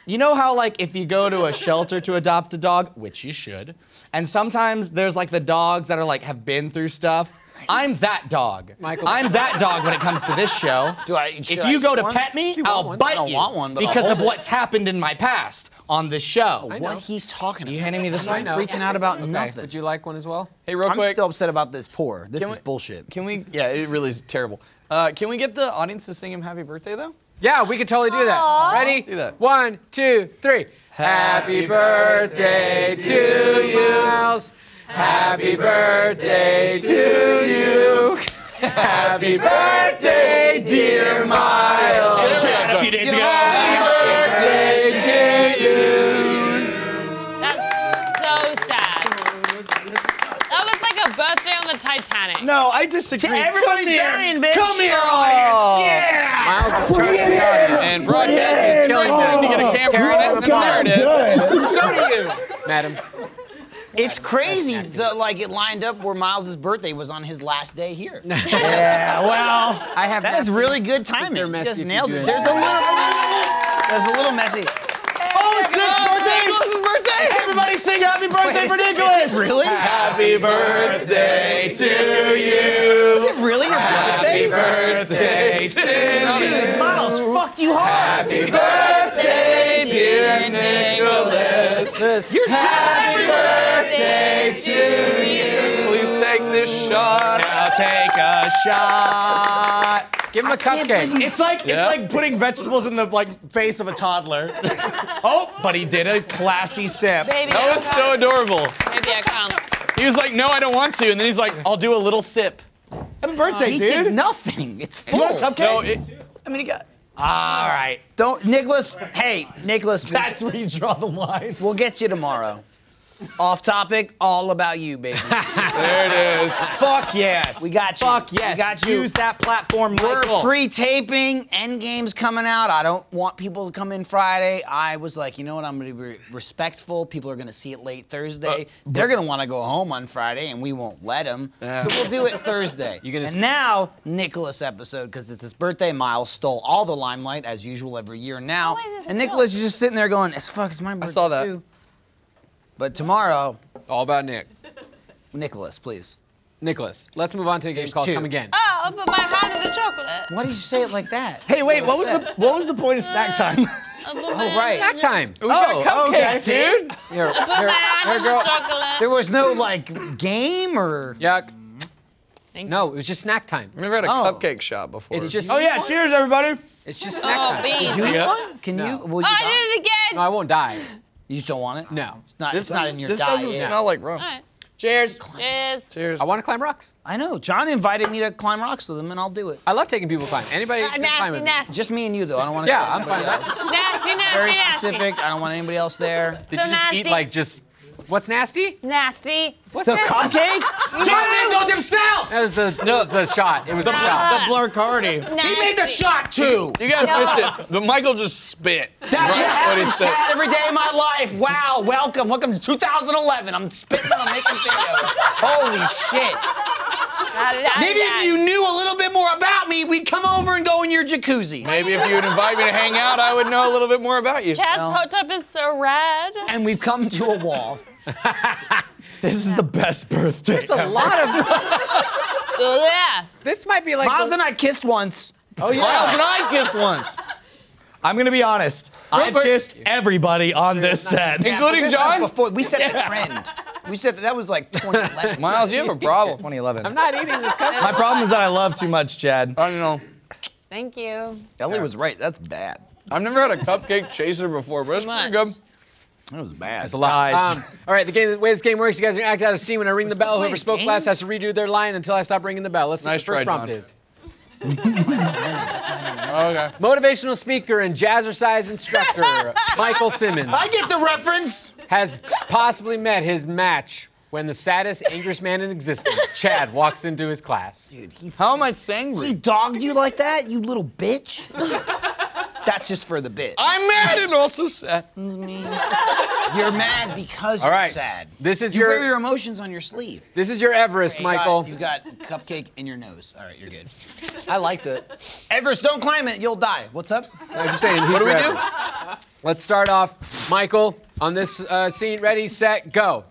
[SPEAKER 8] You know how, like, if you go to a shelter to adopt a dog, which you should, and sometimes there's like the dogs that are like have been through stuff. I'm that dog.
[SPEAKER 2] Michael-
[SPEAKER 8] I'm that dog when it comes to this show.
[SPEAKER 5] Do I- should
[SPEAKER 8] if
[SPEAKER 5] I
[SPEAKER 8] you go
[SPEAKER 5] eat
[SPEAKER 8] to
[SPEAKER 5] one?
[SPEAKER 8] pet me,
[SPEAKER 2] You want
[SPEAKER 8] I'll
[SPEAKER 2] one?
[SPEAKER 8] bite
[SPEAKER 5] I don't
[SPEAKER 8] you
[SPEAKER 5] want one, but I'll
[SPEAKER 8] because of
[SPEAKER 5] hold it.
[SPEAKER 8] what's happened in my past on this show.
[SPEAKER 5] What he's talking about.
[SPEAKER 8] You handing me this
[SPEAKER 5] He's
[SPEAKER 8] one?
[SPEAKER 2] know.
[SPEAKER 5] freaking out about nothing.
[SPEAKER 2] Would you like one as well?
[SPEAKER 4] Hey, real
[SPEAKER 5] I'm
[SPEAKER 4] quick.
[SPEAKER 5] still upset about this pour. This
[SPEAKER 4] Can
[SPEAKER 5] is
[SPEAKER 4] we-
[SPEAKER 5] bullshit.
[SPEAKER 4] Can we? Yeah, it really is terrible. Uh, can we get the audience to sing him happy birthday though?
[SPEAKER 2] Yeah, we could totally do that. Ready?
[SPEAKER 4] Do that.
[SPEAKER 2] One, two, three. Happy birthday to you, Miles. Happy birthday to you. Happy birthday, dear Miles.
[SPEAKER 9] a few days ago.
[SPEAKER 2] Birthday to you.
[SPEAKER 6] That's so sad. That was like a birthday on the Titanic.
[SPEAKER 8] No, I disagree.
[SPEAKER 5] Everybody's
[SPEAKER 8] Come here.
[SPEAKER 5] dying, bitch.
[SPEAKER 8] Come here, audience. Yeah.
[SPEAKER 2] Miles is charging the audience.
[SPEAKER 4] And broadcast is killing them to get a camera on it. And there it is.
[SPEAKER 5] So do you.
[SPEAKER 2] Madam.
[SPEAKER 5] It's crazy that like it lined up where Miles's birthday was on his last day here.
[SPEAKER 8] Yeah, well.
[SPEAKER 2] I have
[SPEAKER 5] That is
[SPEAKER 2] nephews.
[SPEAKER 5] really good
[SPEAKER 2] They're
[SPEAKER 5] timing. You
[SPEAKER 2] messy
[SPEAKER 5] just
[SPEAKER 2] if you
[SPEAKER 5] nailed
[SPEAKER 2] do
[SPEAKER 5] it.
[SPEAKER 2] it.
[SPEAKER 5] There's a little There's a little messy. Oh, it's Nick's birthday!
[SPEAKER 8] Everybody sing happy birthday for Nicholas.
[SPEAKER 5] Really?
[SPEAKER 8] Happy birthday to you.
[SPEAKER 5] Is it really your birthday?
[SPEAKER 8] Birthday to
[SPEAKER 5] Dude, Miles fucked you hard.
[SPEAKER 6] Birthday, dear Nicholas.
[SPEAKER 5] You're driving.
[SPEAKER 6] Birthday to you.
[SPEAKER 4] Please take this shot.
[SPEAKER 8] Now take a shot.
[SPEAKER 2] Give him a cupcake.
[SPEAKER 8] It's like
[SPEAKER 4] Yeah.
[SPEAKER 8] it's like putting vegetables in the like face of a toddler. oh, but he did a classy sip.
[SPEAKER 6] Baby,
[SPEAKER 4] That
[SPEAKER 6] I
[SPEAKER 4] was so adorable.
[SPEAKER 6] come. Baby, I come.
[SPEAKER 4] He was like, no, I don't want to. And then he's like, I'll do a little sip.
[SPEAKER 8] Happy birthday,
[SPEAKER 5] He did
[SPEAKER 8] dude.
[SPEAKER 5] nothing. It's
[SPEAKER 8] You
[SPEAKER 5] full.
[SPEAKER 8] want a cupcake?
[SPEAKER 4] No, it,
[SPEAKER 5] I mean, he got.
[SPEAKER 8] All right,
[SPEAKER 5] Don't, Nicholas. Hey, Nicholas.
[SPEAKER 8] that's where you draw the line.
[SPEAKER 5] We'll get you tomorrow. Off topic, all about you, baby.
[SPEAKER 4] there it is.
[SPEAKER 8] Fuck yes.
[SPEAKER 5] We got you.
[SPEAKER 8] Fuck
[SPEAKER 5] We
[SPEAKER 8] yes.
[SPEAKER 5] got you.
[SPEAKER 8] Use that platform,
[SPEAKER 5] We're
[SPEAKER 8] Michael.
[SPEAKER 5] pre-taping. Endgame's coming out. I don't want people to come in Friday. I was like, you know what? I'm gonna be respectful. People are gonna see it late
[SPEAKER 2] Uh,
[SPEAKER 5] Thursday. They're gonna want to go home on Friday, and we won't let them. So we'll do it Thursday. You're
[SPEAKER 2] gonna
[SPEAKER 5] and
[SPEAKER 2] sp-
[SPEAKER 5] now Nicholas episode because it's his birthday. Miles stole all the limelight as usual every year now.
[SPEAKER 7] Why is this
[SPEAKER 5] and
[SPEAKER 7] a
[SPEAKER 5] Nicholas,
[SPEAKER 7] joke?
[SPEAKER 5] you're just sitting there going, "As fuck, it's my birthday
[SPEAKER 4] saw that.
[SPEAKER 5] too." But tomorrow,
[SPEAKER 2] All about Nick.
[SPEAKER 5] Nicholas, please.
[SPEAKER 2] Nicholas, let's move on to a game called
[SPEAKER 5] two.
[SPEAKER 2] Come Again.
[SPEAKER 6] Oh, but my mind is a chocolate.
[SPEAKER 5] Why did you say it like that?
[SPEAKER 8] Hey, wait. What was the what was the point of snack time?
[SPEAKER 6] Oh,
[SPEAKER 2] Snack time.
[SPEAKER 8] oh, okay, dude.
[SPEAKER 2] Here, here,
[SPEAKER 6] But my
[SPEAKER 2] here,
[SPEAKER 6] mind is a
[SPEAKER 2] girl.
[SPEAKER 5] There
[SPEAKER 6] chocolate.
[SPEAKER 5] was no like game or.
[SPEAKER 2] Yuck.
[SPEAKER 6] Thank
[SPEAKER 2] No, it was just snack time.
[SPEAKER 4] I've never had a
[SPEAKER 5] Oh.
[SPEAKER 4] cupcake shop before.
[SPEAKER 2] It's just
[SPEAKER 8] Oh yeah, cheers everybody.
[SPEAKER 2] it's just snack
[SPEAKER 6] Oh,
[SPEAKER 2] time.
[SPEAKER 6] beans.
[SPEAKER 5] Do you
[SPEAKER 6] Oh,
[SPEAKER 5] eat one? Can you? Will you
[SPEAKER 6] I
[SPEAKER 5] not?
[SPEAKER 6] did it again.
[SPEAKER 2] No, I won't die.
[SPEAKER 5] You just don't want it?
[SPEAKER 2] No.
[SPEAKER 5] It's not,
[SPEAKER 4] This
[SPEAKER 5] it's not
[SPEAKER 4] doesn't-
[SPEAKER 5] in your
[SPEAKER 4] This
[SPEAKER 5] diet.
[SPEAKER 4] doesn't smell like rum.
[SPEAKER 6] All right.
[SPEAKER 2] Cheers.
[SPEAKER 6] Cheers.
[SPEAKER 4] Cheers.
[SPEAKER 2] I want to climb rocks.
[SPEAKER 5] I know. John invited me to climb rocks with him, and I'll do it.
[SPEAKER 2] I love taking people climb. Anybody
[SPEAKER 6] Uh,
[SPEAKER 2] can climb
[SPEAKER 6] nasty,
[SPEAKER 2] with me.
[SPEAKER 6] nasty,
[SPEAKER 5] Just me and you, though. I don't want to.
[SPEAKER 2] Yeah, I'm fine. with that.
[SPEAKER 6] nasty, nasty,
[SPEAKER 5] Very
[SPEAKER 6] nasty.
[SPEAKER 5] specific. I don't want anybody else there.
[SPEAKER 2] Did
[SPEAKER 6] So
[SPEAKER 2] you just eat
[SPEAKER 6] nasty.
[SPEAKER 2] like just what's nasty?
[SPEAKER 6] Nasty.
[SPEAKER 2] What's
[SPEAKER 5] The
[SPEAKER 2] nasty?
[SPEAKER 5] cupcake?
[SPEAKER 2] John Mangles himself. That was the no, it was the shot. It was the, shot.
[SPEAKER 5] Ah.
[SPEAKER 8] The Blarcardi.
[SPEAKER 6] Nasty.
[SPEAKER 5] He made the shot too.
[SPEAKER 4] You guys missed it. But Michael just spit.
[SPEAKER 5] That's what
[SPEAKER 4] That's what it
[SPEAKER 5] happens
[SPEAKER 4] said.
[SPEAKER 5] chat every day of my life. Wow, welcome, welcome to 2011. I'm spitting, I'm making videos. Holy shit. Maybe if you knew a little bit more about me, we'd come over and go in your jacuzzi.
[SPEAKER 4] Maybe if you would invite me to hang out, I would know a little bit more about you.
[SPEAKER 6] Chad's
[SPEAKER 5] No.
[SPEAKER 6] hot tub is so red.
[SPEAKER 5] And we've come to a wall.
[SPEAKER 8] This is the best birthday.
[SPEAKER 2] A lot of
[SPEAKER 6] yeah.
[SPEAKER 2] this might be like
[SPEAKER 5] Miles
[SPEAKER 2] the-
[SPEAKER 5] and I kissed once.
[SPEAKER 8] Oh
[SPEAKER 4] Miles
[SPEAKER 8] yeah.
[SPEAKER 4] and I kissed once,
[SPEAKER 8] I'm gonna be honest. I've kissed everybody on this set.
[SPEAKER 4] including
[SPEAKER 5] This was
[SPEAKER 4] John.
[SPEAKER 5] Before we set the trend. We said that, that was like 2011.
[SPEAKER 4] Miles, you have a problem.
[SPEAKER 8] 2011.
[SPEAKER 2] I'm not eating this cupcake.
[SPEAKER 8] My problem is that I love too much, Chad.
[SPEAKER 4] I don't know.
[SPEAKER 6] Thank you.
[SPEAKER 5] Ellie was right. That's bad.
[SPEAKER 4] I've never had a cupcake chaser before, but it's pretty good.
[SPEAKER 5] That was bad.
[SPEAKER 8] It's a lie.
[SPEAKER 2] Um, all right, the, game, the way this game works, you guys are gonna act out a scene. When I ring the bell,
[SPEAKER 5] playing
[SPEAKER 2] whoever spoke
[SPEAKER 5] games?
[SPEAKER 2] last has to redo their line until I stop ringing the bell. Let's see
[SPEAKER 4] Nice
[SPEAKER 2] what the first
[SPEAKER 4] try,
[SPEAKER 2] prompt
[SPEAKER 4] John.
[SPEAKER 2] is. okay. Motivational speaker and jazzercise instructor Michael Simmons. I
[SPEAKER 5] get the reference.
[SPEAKER 2] Has possibly met his match when the saddest, angriest man in existence, Chad, walks into his class.
[SPEAKER 4] How am I saying?
[SPEAKER 5] He dogged you like that, you little bitch. That's just for the bit.
[SPEAKER 4] I'm mad and also sad.
[SPEAKER 5] You're mad because
[SPEAKER 2] All
[SPEAKER 5] you're
[SPEAKER 2] right.
[SPEAKER 5] sad.
[SPEAKER 2] This is
[SPEAKER 5] you
[SPEAKER 2] your-
[SPEAKER 5] wear your emotions on your sleeve.
[SPEAKER 2] This is your Everest,
[SPEAKER 5] You got-
[SPEAKER 2] Michael.
[SPEAKER 5] you've got cupcake in your nose. All right, you're good. I liked it. Everest, don't climb it. You'll die. What's up?
[SPEAKER 2] I'm just saying. What do we do? Let's start off, Michael, on this uh, scene. Ready, set, go.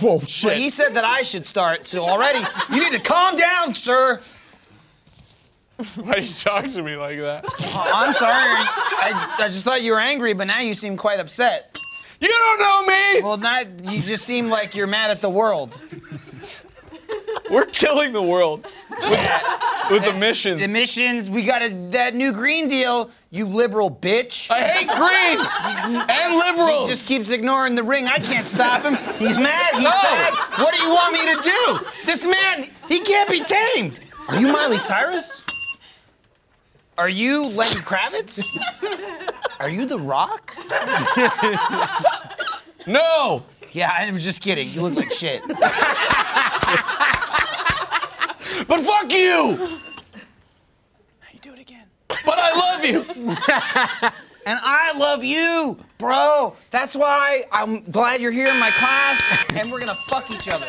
[SPEAKER 8] Whoa, shit.
[SPEAKER 5] Well, he said that I should start, so already you need to calm down, sir.
[SPEAKER 4] Why are you talking to me like that?
[SPEAKER 5] Oh, I'm sorry. I, I just thought you were angry, but now you seem quite upset.
[SPEAKER 4] You don't know me.
[SPEAKER 5] Well, not you just seem like you're mad at the world.
[SPEAKER 4] We're killing the world with, with emissions.
[SPEAKER 5] Emissions, we got a, that new Green Deal, you liberal bitch.
[SPEAKER 4] I hate green and liberals.
[SPEAKER 5] He just keeps ignoring the ring. I can't stop him. He's mad.
[SPEAKER 4] Oh.
[SPEAKER 5] He's sad. What do you want me to do? This man, he can't be tamed. Are you Miley Cyrus? Are you Lenny Kravitz? Are you The Rock?
[SPEAKER 4] no.
[SPEAKER 5] Yeah, I was just kidding. You look like shit.
[SPEAKER 4] But fuck you.
[SPEAKER 5] you do it again.
[SPEAKER 4] But I love you.
[SPEAKER 5] And I love you, bro. That's why I'm glad you're here in my class, and we're gonna fuck each other.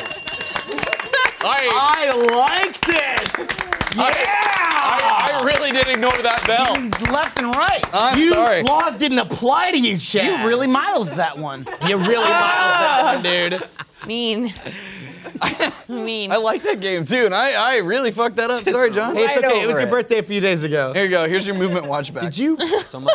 [SPEAKER 4] I
[SPEAKER 2] I liked it.
[SPEAKER 4] I, I really did ignore that bell.
[SPEAKER 5] Left and right.
[SPEAKER 4] I'm sorry.
[SPEAKER 8] laws didn't apply to you, Chad.
[SPEAKER 5] You really miles that one.
[SPEAKER 8] You really miles that one, dude.
[SPEAKER 6] Mean. mean.
[SPEAKER 4] I like that game too, and I, I really fucked that up. Sorry, John.
[SPEAKER 8] Hey, it's
[SPEAKER 2] Right
[SPEAKER 8] okay. It was
[SPEAKER 2] over
[SPEAKER 8] your
[SPEAKER 2] it.
[SPEAKER 8] birthday a few days ago.
[SPEAKER 4] Here you go. Here's your movement watch back.
[SPEAKER 8] Did you?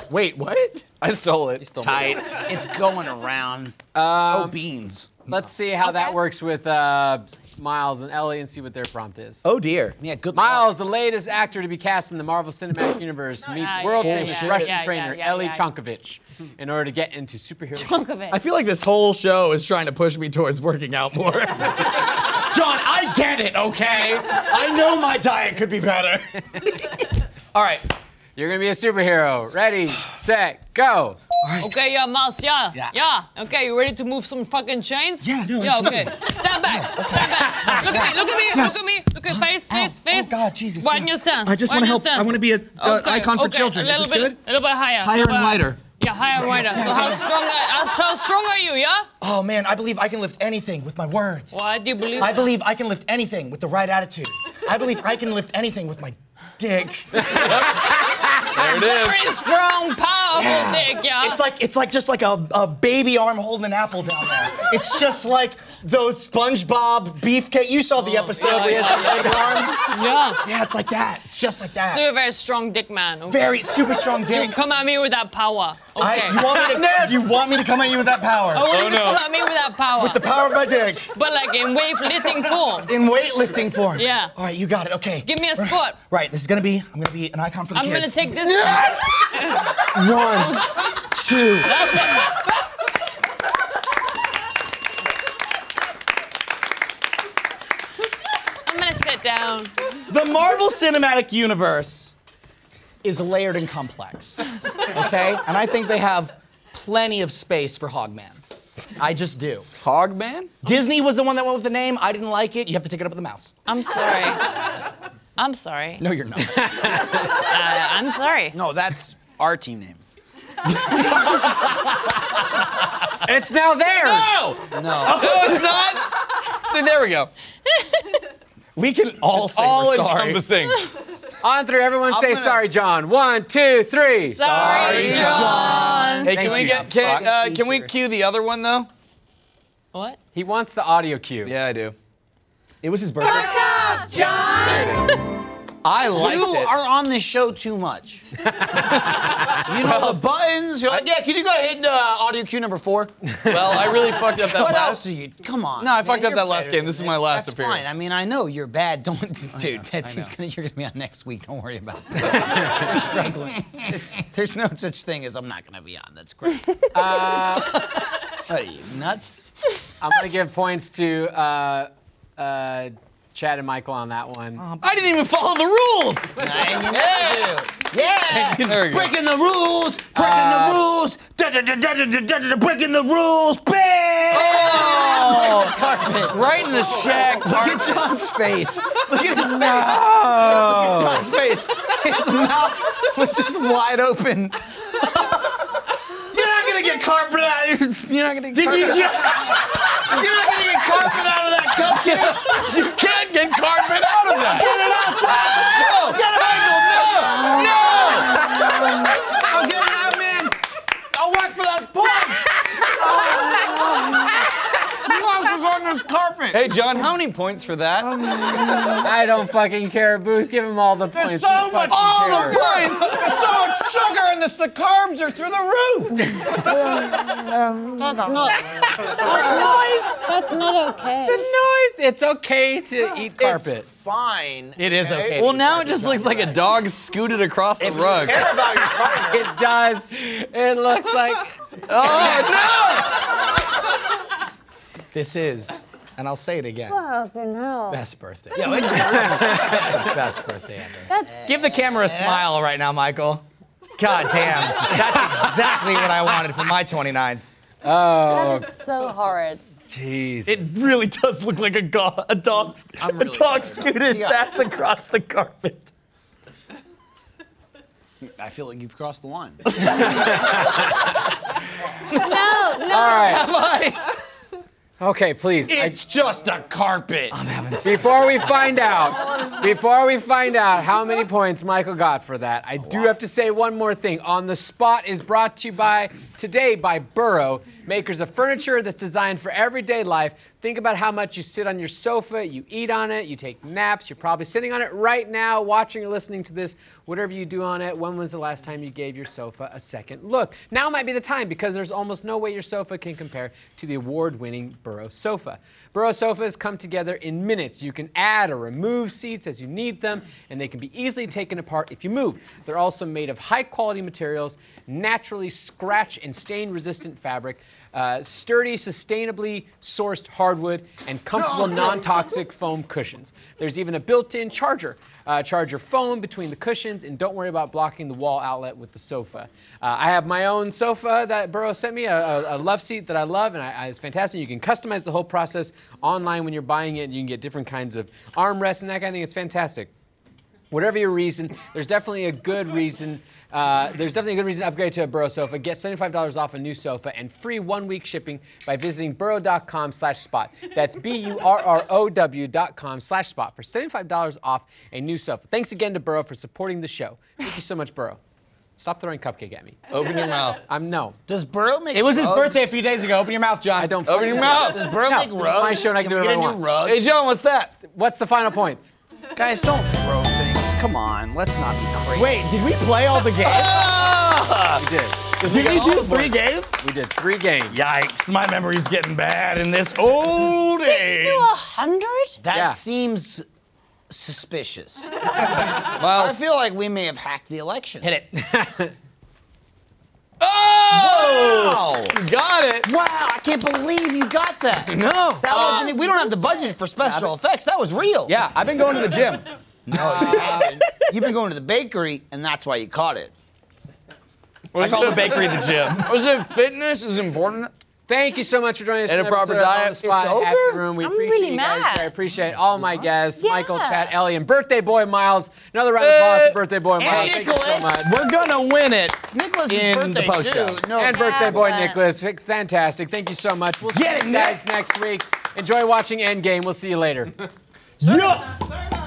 [SPEAKER 8] Wait, what?
[SPEAKER 4] I stole it.
[SPEAKER 2] Tight.
[SPEAKER 5] It's going around. oh,
[SPEAKER 4] Um,
[SPEAKER 5] beans.
[SPEAKER 2] Let's see how that works with uh, Miles and Ellie and see what their prompt is.
[SPEAKER 8] Oh dear.
[SPEAKER 5] Yeah, good.
[SPEAKER 2] Miles, the latest actor to be cast in the Marvel Cinematic Universe, meets
[SPEAKER 6] Oh, yeah,
[SPEAKER 2] world
[SPEAKER 6] yeah,
[SPEAKER 2] famous
[SPEAKER 6] yeah,
[SPEAKER 2] Russian
[SPEAKER 6] yeah, yeah,
[SPEAKER 2] trainer
[SPEAKER 6] yeah,
[SPEAKER 2] Ellie
[SPEAKER 6] yeah.
[SPEAKER 2] Chonkovich in order to get into superhero.
[SPEAKER 6] Think of it.
[SPEAKER 8] I feel like this whole show is trying to push me towards working out more. John, I get it, okay? I know my diet could be better. All right.
[SPEAKER 2] You're gonna be a superhero. Ready, set, go.
[SPEAKER 6] Okay, yeah, Miles, yeah. Yeah. Okay, you ready to move some fucking chains? Yeah, no, Yeah, okay. Stand back. Stand back. Look at me, look at me, look at me. Look at face, face, face. Oh, God, Jesus. Widen your stance. I just want to help. I want to be an icon for children. A little bit, A little bit higher. Higher and wider. Yeah, higher and wider. So how strong, are, how, how strong are you, yeah?
[SPEAKER 12] Oh man, I believe I can lift anything with my words.
[SPEAKER 6] What do you believe?
[SPEAKER 12] I believe I can lift anything with the right attitude. I believe I can lift anything with my dick.
[SPEAKER 4] There it is.
[SPEAKER 6] Pretty strong, powerful
[SPEAKER 12] Yeah.
[SPEAKER 6] dick, yeah.
[SPEAKER 12] It's like it's like just like a, a baby arm holding an apple down there. It's just like those SpongeBob beefcake. You saw the
[SPEAKER 6] Oh,
[SPEAKER 12] episode where he has the big arms.
[SPEAKER 6] yeah.
[SPEAKER 12] Yeah, it's like that. It's just like that.
[SPEAKER 6] So you're a very strong dick man. Okay.
[SPEAKER 12] Very super strong dick.
[SPEAKER 6] You come at me with that power. Okay.
[SPEAKER 12] I, you, want me to, you want me to come at you with that
[SPEAKER 6] I
[SPEAKER 12] power?
[SPEAKER 6] want you to come at me with that power.
[SPEAKER 12] The power of my dick
[SPEAKER 6] but like in weightlifting form.
[SPEAKER 12] in weightlifting form.
[SPEAKER 6] Yeah.
[SPEAKER 12] All right, you got it. Okay.
[SPEAKER 6] Give me a squat.
[SPEAKER 12] Right, this is gonna be. I'm gonna be an icon for the
[SPEAKER 6] I'm gonna
[SPEAKER 12] kids.
[SPEAKER 6] take this.
[SPEAKER 12] One, two.
[SPEAKER 6] I'm gonna sit down.
[SPEAKER 12] The Marvel Cinematic Universe
[SPEAKER 8] Is layered and complex. Okay? And I think they have plenty of space for Hogman. I just do.
[SPEAKER 4] Hogman?
[SPEAKER 8] Disney was the one that went with the name. I didn't like it. You have to take it up with the mouse.
[SPEAKER 6] I'm sorry. I'm sorry.
[SPEAKER 8] No, you're not.
[SPEAKER 6] Uh, I'm sorry.
[SPEAKER 5] No, that's our team name.
[SPEAKER 2] It's now theirs.
[SPEAKER 5] No.
[SPEAKER 4] No, it's not. See, there we go.
[SPEAKER 8] we can all say
[SPEAKER 4] All
[SPEAKER 8] we're sorry.
[SPEAKER 4] encompassing.
[SPEAKER 2] On through. Everyone say
[SPEAKER 5] gonna-
[SPEAKER 2] sorry, John. One, two, three.
[SPEAKER 6] Sorry, John.
[SPEAKER 4] Hey, can we
[SPEAKER 5] you.
[SPEAKER 4] get can, uh,
[SPEAKER 5] Fuck.
[SPEAKER 4] can we cue the other one though?
[SPEAKER 6] What?
[SPEAKER 2] He wants the audio cue.
[SPEAKER 4] Yeah, I do.
[SPEAKER 8] It was his birthday.
[SPEAKER 2] I like
[SPEAKER 5] You are on this show too much. you know the buttons. You're like, yeah, can you go ahead and uh, audio cue number four?
[SPEAKER 4] Well, I really fucked up that
[SPEAKER 5] What
[SPEAKER 4] last.
[SPEAKER 5] else do you? Come on.
[SPEAKER 4] No, I fucked up
[SPEAKER 5] you're
[SPEAKER 4] that last
[SPEAKER 5] better
[SPEAKER 4] game.
[SPEAKER 5] than
[SPEAKER 4] This is my last
[SPEAKER 5] that's
[SPEAKER 4] appearance.
[SPEAKER 5] Fine. I mean, I know you're bad. Don't, dude. That's he's gonna, you're gonna be on next week. Don't worry about it. you're struggling. It's, there's no such thing as I'm not gonna be on. That's great. Uh, what are you nuts?
[SPEAKER 2] I'm gonna give points to uh, uh, Chad and Michael on that one.
[SPEAKER 4] I didn't even follow the rules.
[SPEAKER 5] Yeah.
[SPEAKER 4] There we go.
[SPEAKER 5] Breaking the rules. Breaking the rules. Da, da, da, da, da, da,
[SPEAKER 8] Uh,
[SPEAKER 5] da, da, breaking the rules. Bam!
[SPEAKER 4] Oh, carpet. Right in the shack.
[SPEAKER 12] Look at John's face. Look at his face. Look at John's face. His mouth was just wide open.
[SPEAKER 5] You're not gonna get carpet out. Of, you're not gonna. Get
[SPEAKER 12] Did
[SPEAKER 5] carpet
[SPEAKER 12] you
[SPEAKER 5] Out. You're not gonna get carpet out of that cupcake.
[SPEAKER 4] You can't get carpet out of that.
[SPEAKER 5] Get it out, Tom. Get it out.
[SPEAKER 12] No! I'll get it out, man. I'll work for those points. You guys was on this carpet.
[SPEAKER 4] Hey, John, how many points for that?
[SPEAKER 2] I don't fucking care, Booth. Give him all the points.
[SPEAKER 12] There's
[SPEAKER 2] in
[SPEAKER 12] so
[SPEAKER 2] the
[SPEAKER 12] much
[SPEAKER 2] fucking
[SPEAKER 12] all the
[SPEAKER 2] care.
[SPEAKER 12] points. There's so much sugar in this. The carbs are through the roof.
[SPEAKER 6] That's not. That's, that's not okay.
[SPEAKER 2] noise. It's okay to eat carpet.
[SPEAKER 13] Fine.
[SPEAKER 2] It is okay.
[SPEAKER 4] Well, now it just looks like a dog scooted across the rug.
[SPEAKER 2] it does. It looks like.
[SPEAKER 4] Oh
[SPEAKER 12] This is, and I'll say it again,
[SPEAKER 14] Fucking hell.
[SPEAKER 12] best birthday.
[SPEAKER 14] Yeah, it's-
[SPEAKER 12] best birthday ever.
[SPEAKER 14] That's
[SPEAKER 12] Give the camera a smile right now, Michael. God damn. That's exactly what I wanted for my 29th.
[SPEAKER 14] that
[SPEAKER 12] Oh.
[SPEAKER 14] is so horrid.
[SPEAKER 12] Jeez. It really does look like a, go- a dog, a dog scooted its ass across the carpet.
[SPEAKER 5] I feel like you've crossed the line.
[SPEAKER 14] No, no.
[SPEAKER 2] All right. Okay, please.
[SPEAKER 12] It's just a carpet.
[SPEAKER 2] Before we find out, before we find out how many points Michael got for that, I do have to say one more thing. On the Spot is brought to you by today by Burrow, makers of furniture that's designed for everyday life. Think about how much you sit on your sofa, you eat on it, you take naps, you're probably sitting on it right now, watching or listening to this, whatever you do on it. When was the last time you gave your sofa a second look? Now might be the time because there's almost no way your sofa can compare to the award winning Burrow sofa. Burrow sofas come together in minutes. You can add or remove seats as you need them, and they can be easily taken apart if you move. They're also made of high quality materials, naturally scratch and stain resistant fabric, uh, sturdy, sustainably sourced hardwood, and comfortable non toxic foam cushions. There's even a built in charger. Uh, charge your phone between the cushions and don't worry about blocking the wall outlet with the sofa. Uh, I have my own sofa that Burrow sent me, a, a, a love seat that I love, and I, I- it's fantastic. You can customize the whole process online when you're buying it, and you can get different kinds of armrests and that kind of thing. It's fantastic whatever your reason, there's definitely a good reason. Uh, there's definitely a good reason to upgrade to a Burrow sofa. Get $75 off a new sofa and free one-week shipping by visiting burrow.com slash spot. That's B-U-R-R-O-W dot com slash spot for $75 off a new sofa. Thanks again to Burrow for supporting the show. Thank you so much, Burrow. Stop throwing cupcake at me.
[SPEAKER 4] Open your mouth.
[SPEAKER 2] I'm no.
[SPEAKER 5] Does Burrow make
[SPEAKER 12] It was his
[SPEAKER 5] rugs?
[SPEAKER 12] birthday a few days ago. Open your mouth, John.
[SPEAKER 2] I don't.
[SPEAKER 4] Open your mouth.
[SPEAKER 5] Does Burrow
[SPEAKER 2] No,
[SPEAKER 5] make
[SPEAKER 2] this is
[SPEAKER 5] rugs?
[SPEAKER 2] my show and I can do
[SPEAKER 5] we
[SPEAKER 2] whatever
[SPEAKER 5] get
[SPEAKER 2] I
[SPEAKER 5] a new
[SPEAKER 2] want.
[SPEAKER 5] rug?
[SPEAKER 4] Hey, John, what's that?
[SPEAKER 2] What's the final points?
[SPEAKER 5] Guys, don't throw things. Come on, let's not be crazy.
[SPEAKER 12] Wait, did we play all the games?
[SPEAKER 4] Ah!
[SPEAKER 2] We did.
[SPEAKER 12] did we do three games?
[SPEAKER 2] We did three games.
[SPEAKER 12] Yikes, my memory's getting bad in this old
[SPEAKER 14] Six
[SPEAKER 12] age.
[SPEAKER 14] to a hundred?
[SPEAKER 5] That
[SPEAKER 2] Yeah.
[SPEAKER 5] seems suspicious. I
[SPEAKER 4] Miles.
[SPEAKER 5] feel like we may have hacked the election.
[SPEAKER 12] Hit it.
[SPEAKER 4] Oh! Got it.
[SPEAKER 5] Wow, I can't believe you got that.
[SPEAKER 12] No.
[SPEAKER 5] That wasn't. e- We don't have the budget for special effects. That was real.
[SPEAKER 12] Yeah, I've been going to the gym.
[SPEAKER 5] You've been going to the bakery, and that's why you caught it.
[SPEAKER 12] I call the bakery the gym.
[SPEAKER 4] Was Oh, it fitness is important?
[SPEAKER 2] Thank you so much for joining us.
[SPEAKER 4] And
[SPEAKER 2] for
[SPEAKER 4] a
[SPEAKER 2] another episode of
[SPEAKER 4] proper diet.
[SPEAKER 2] On the spot
[SPEAKER 4] It's
[SPEAKER 2] at
[SPEAKER 4] over?
[SPEAKER 2] the room. We
[SPEAKER 14] I'm
[SPEAKER 2] appreciate
[SPEAKER 14] really
[SPEAKER 2] you guys.
[SPEAKER 14] mad.
[SPEAKER 2] I appreciate all my guests,
[SPEAKER 14] Yeah.
[SPEAKER 2] Michael, Chad, Ellie, and birthday boy Miles. Another round of applause
[SPEAKER 4] Hey.
[SPEAKER 2] for birthday boy Miles. Thank you so
[SPEAKER 5] Nicholas.
[SPEAKER 2] much.
[SPEAKER 12] We're gonna win it.
[SPEAKER 5] It's Nicholas'
[SPEAKER 12] In
[SPEAKER 5] birthday
[SPEAKER 12] the post
[SPEAKER 5] too.
[SPEAKER 12] show.
[SPEAKER 5] No,
[SPEAKER 2] And birthday boy
[SPEAKER 14] Yeah.
[SPEAKER 2] Nicholas. Fantastic. Thank you so much. We'll see
[SPEAKER 12] Get
[SPEAKER 2] you
[SPEAKER 12] it,
[SPEAKER 2] guys next week. Enjoy watching Endgame. We'll see you later.
[SPEAKER 12] Yeah.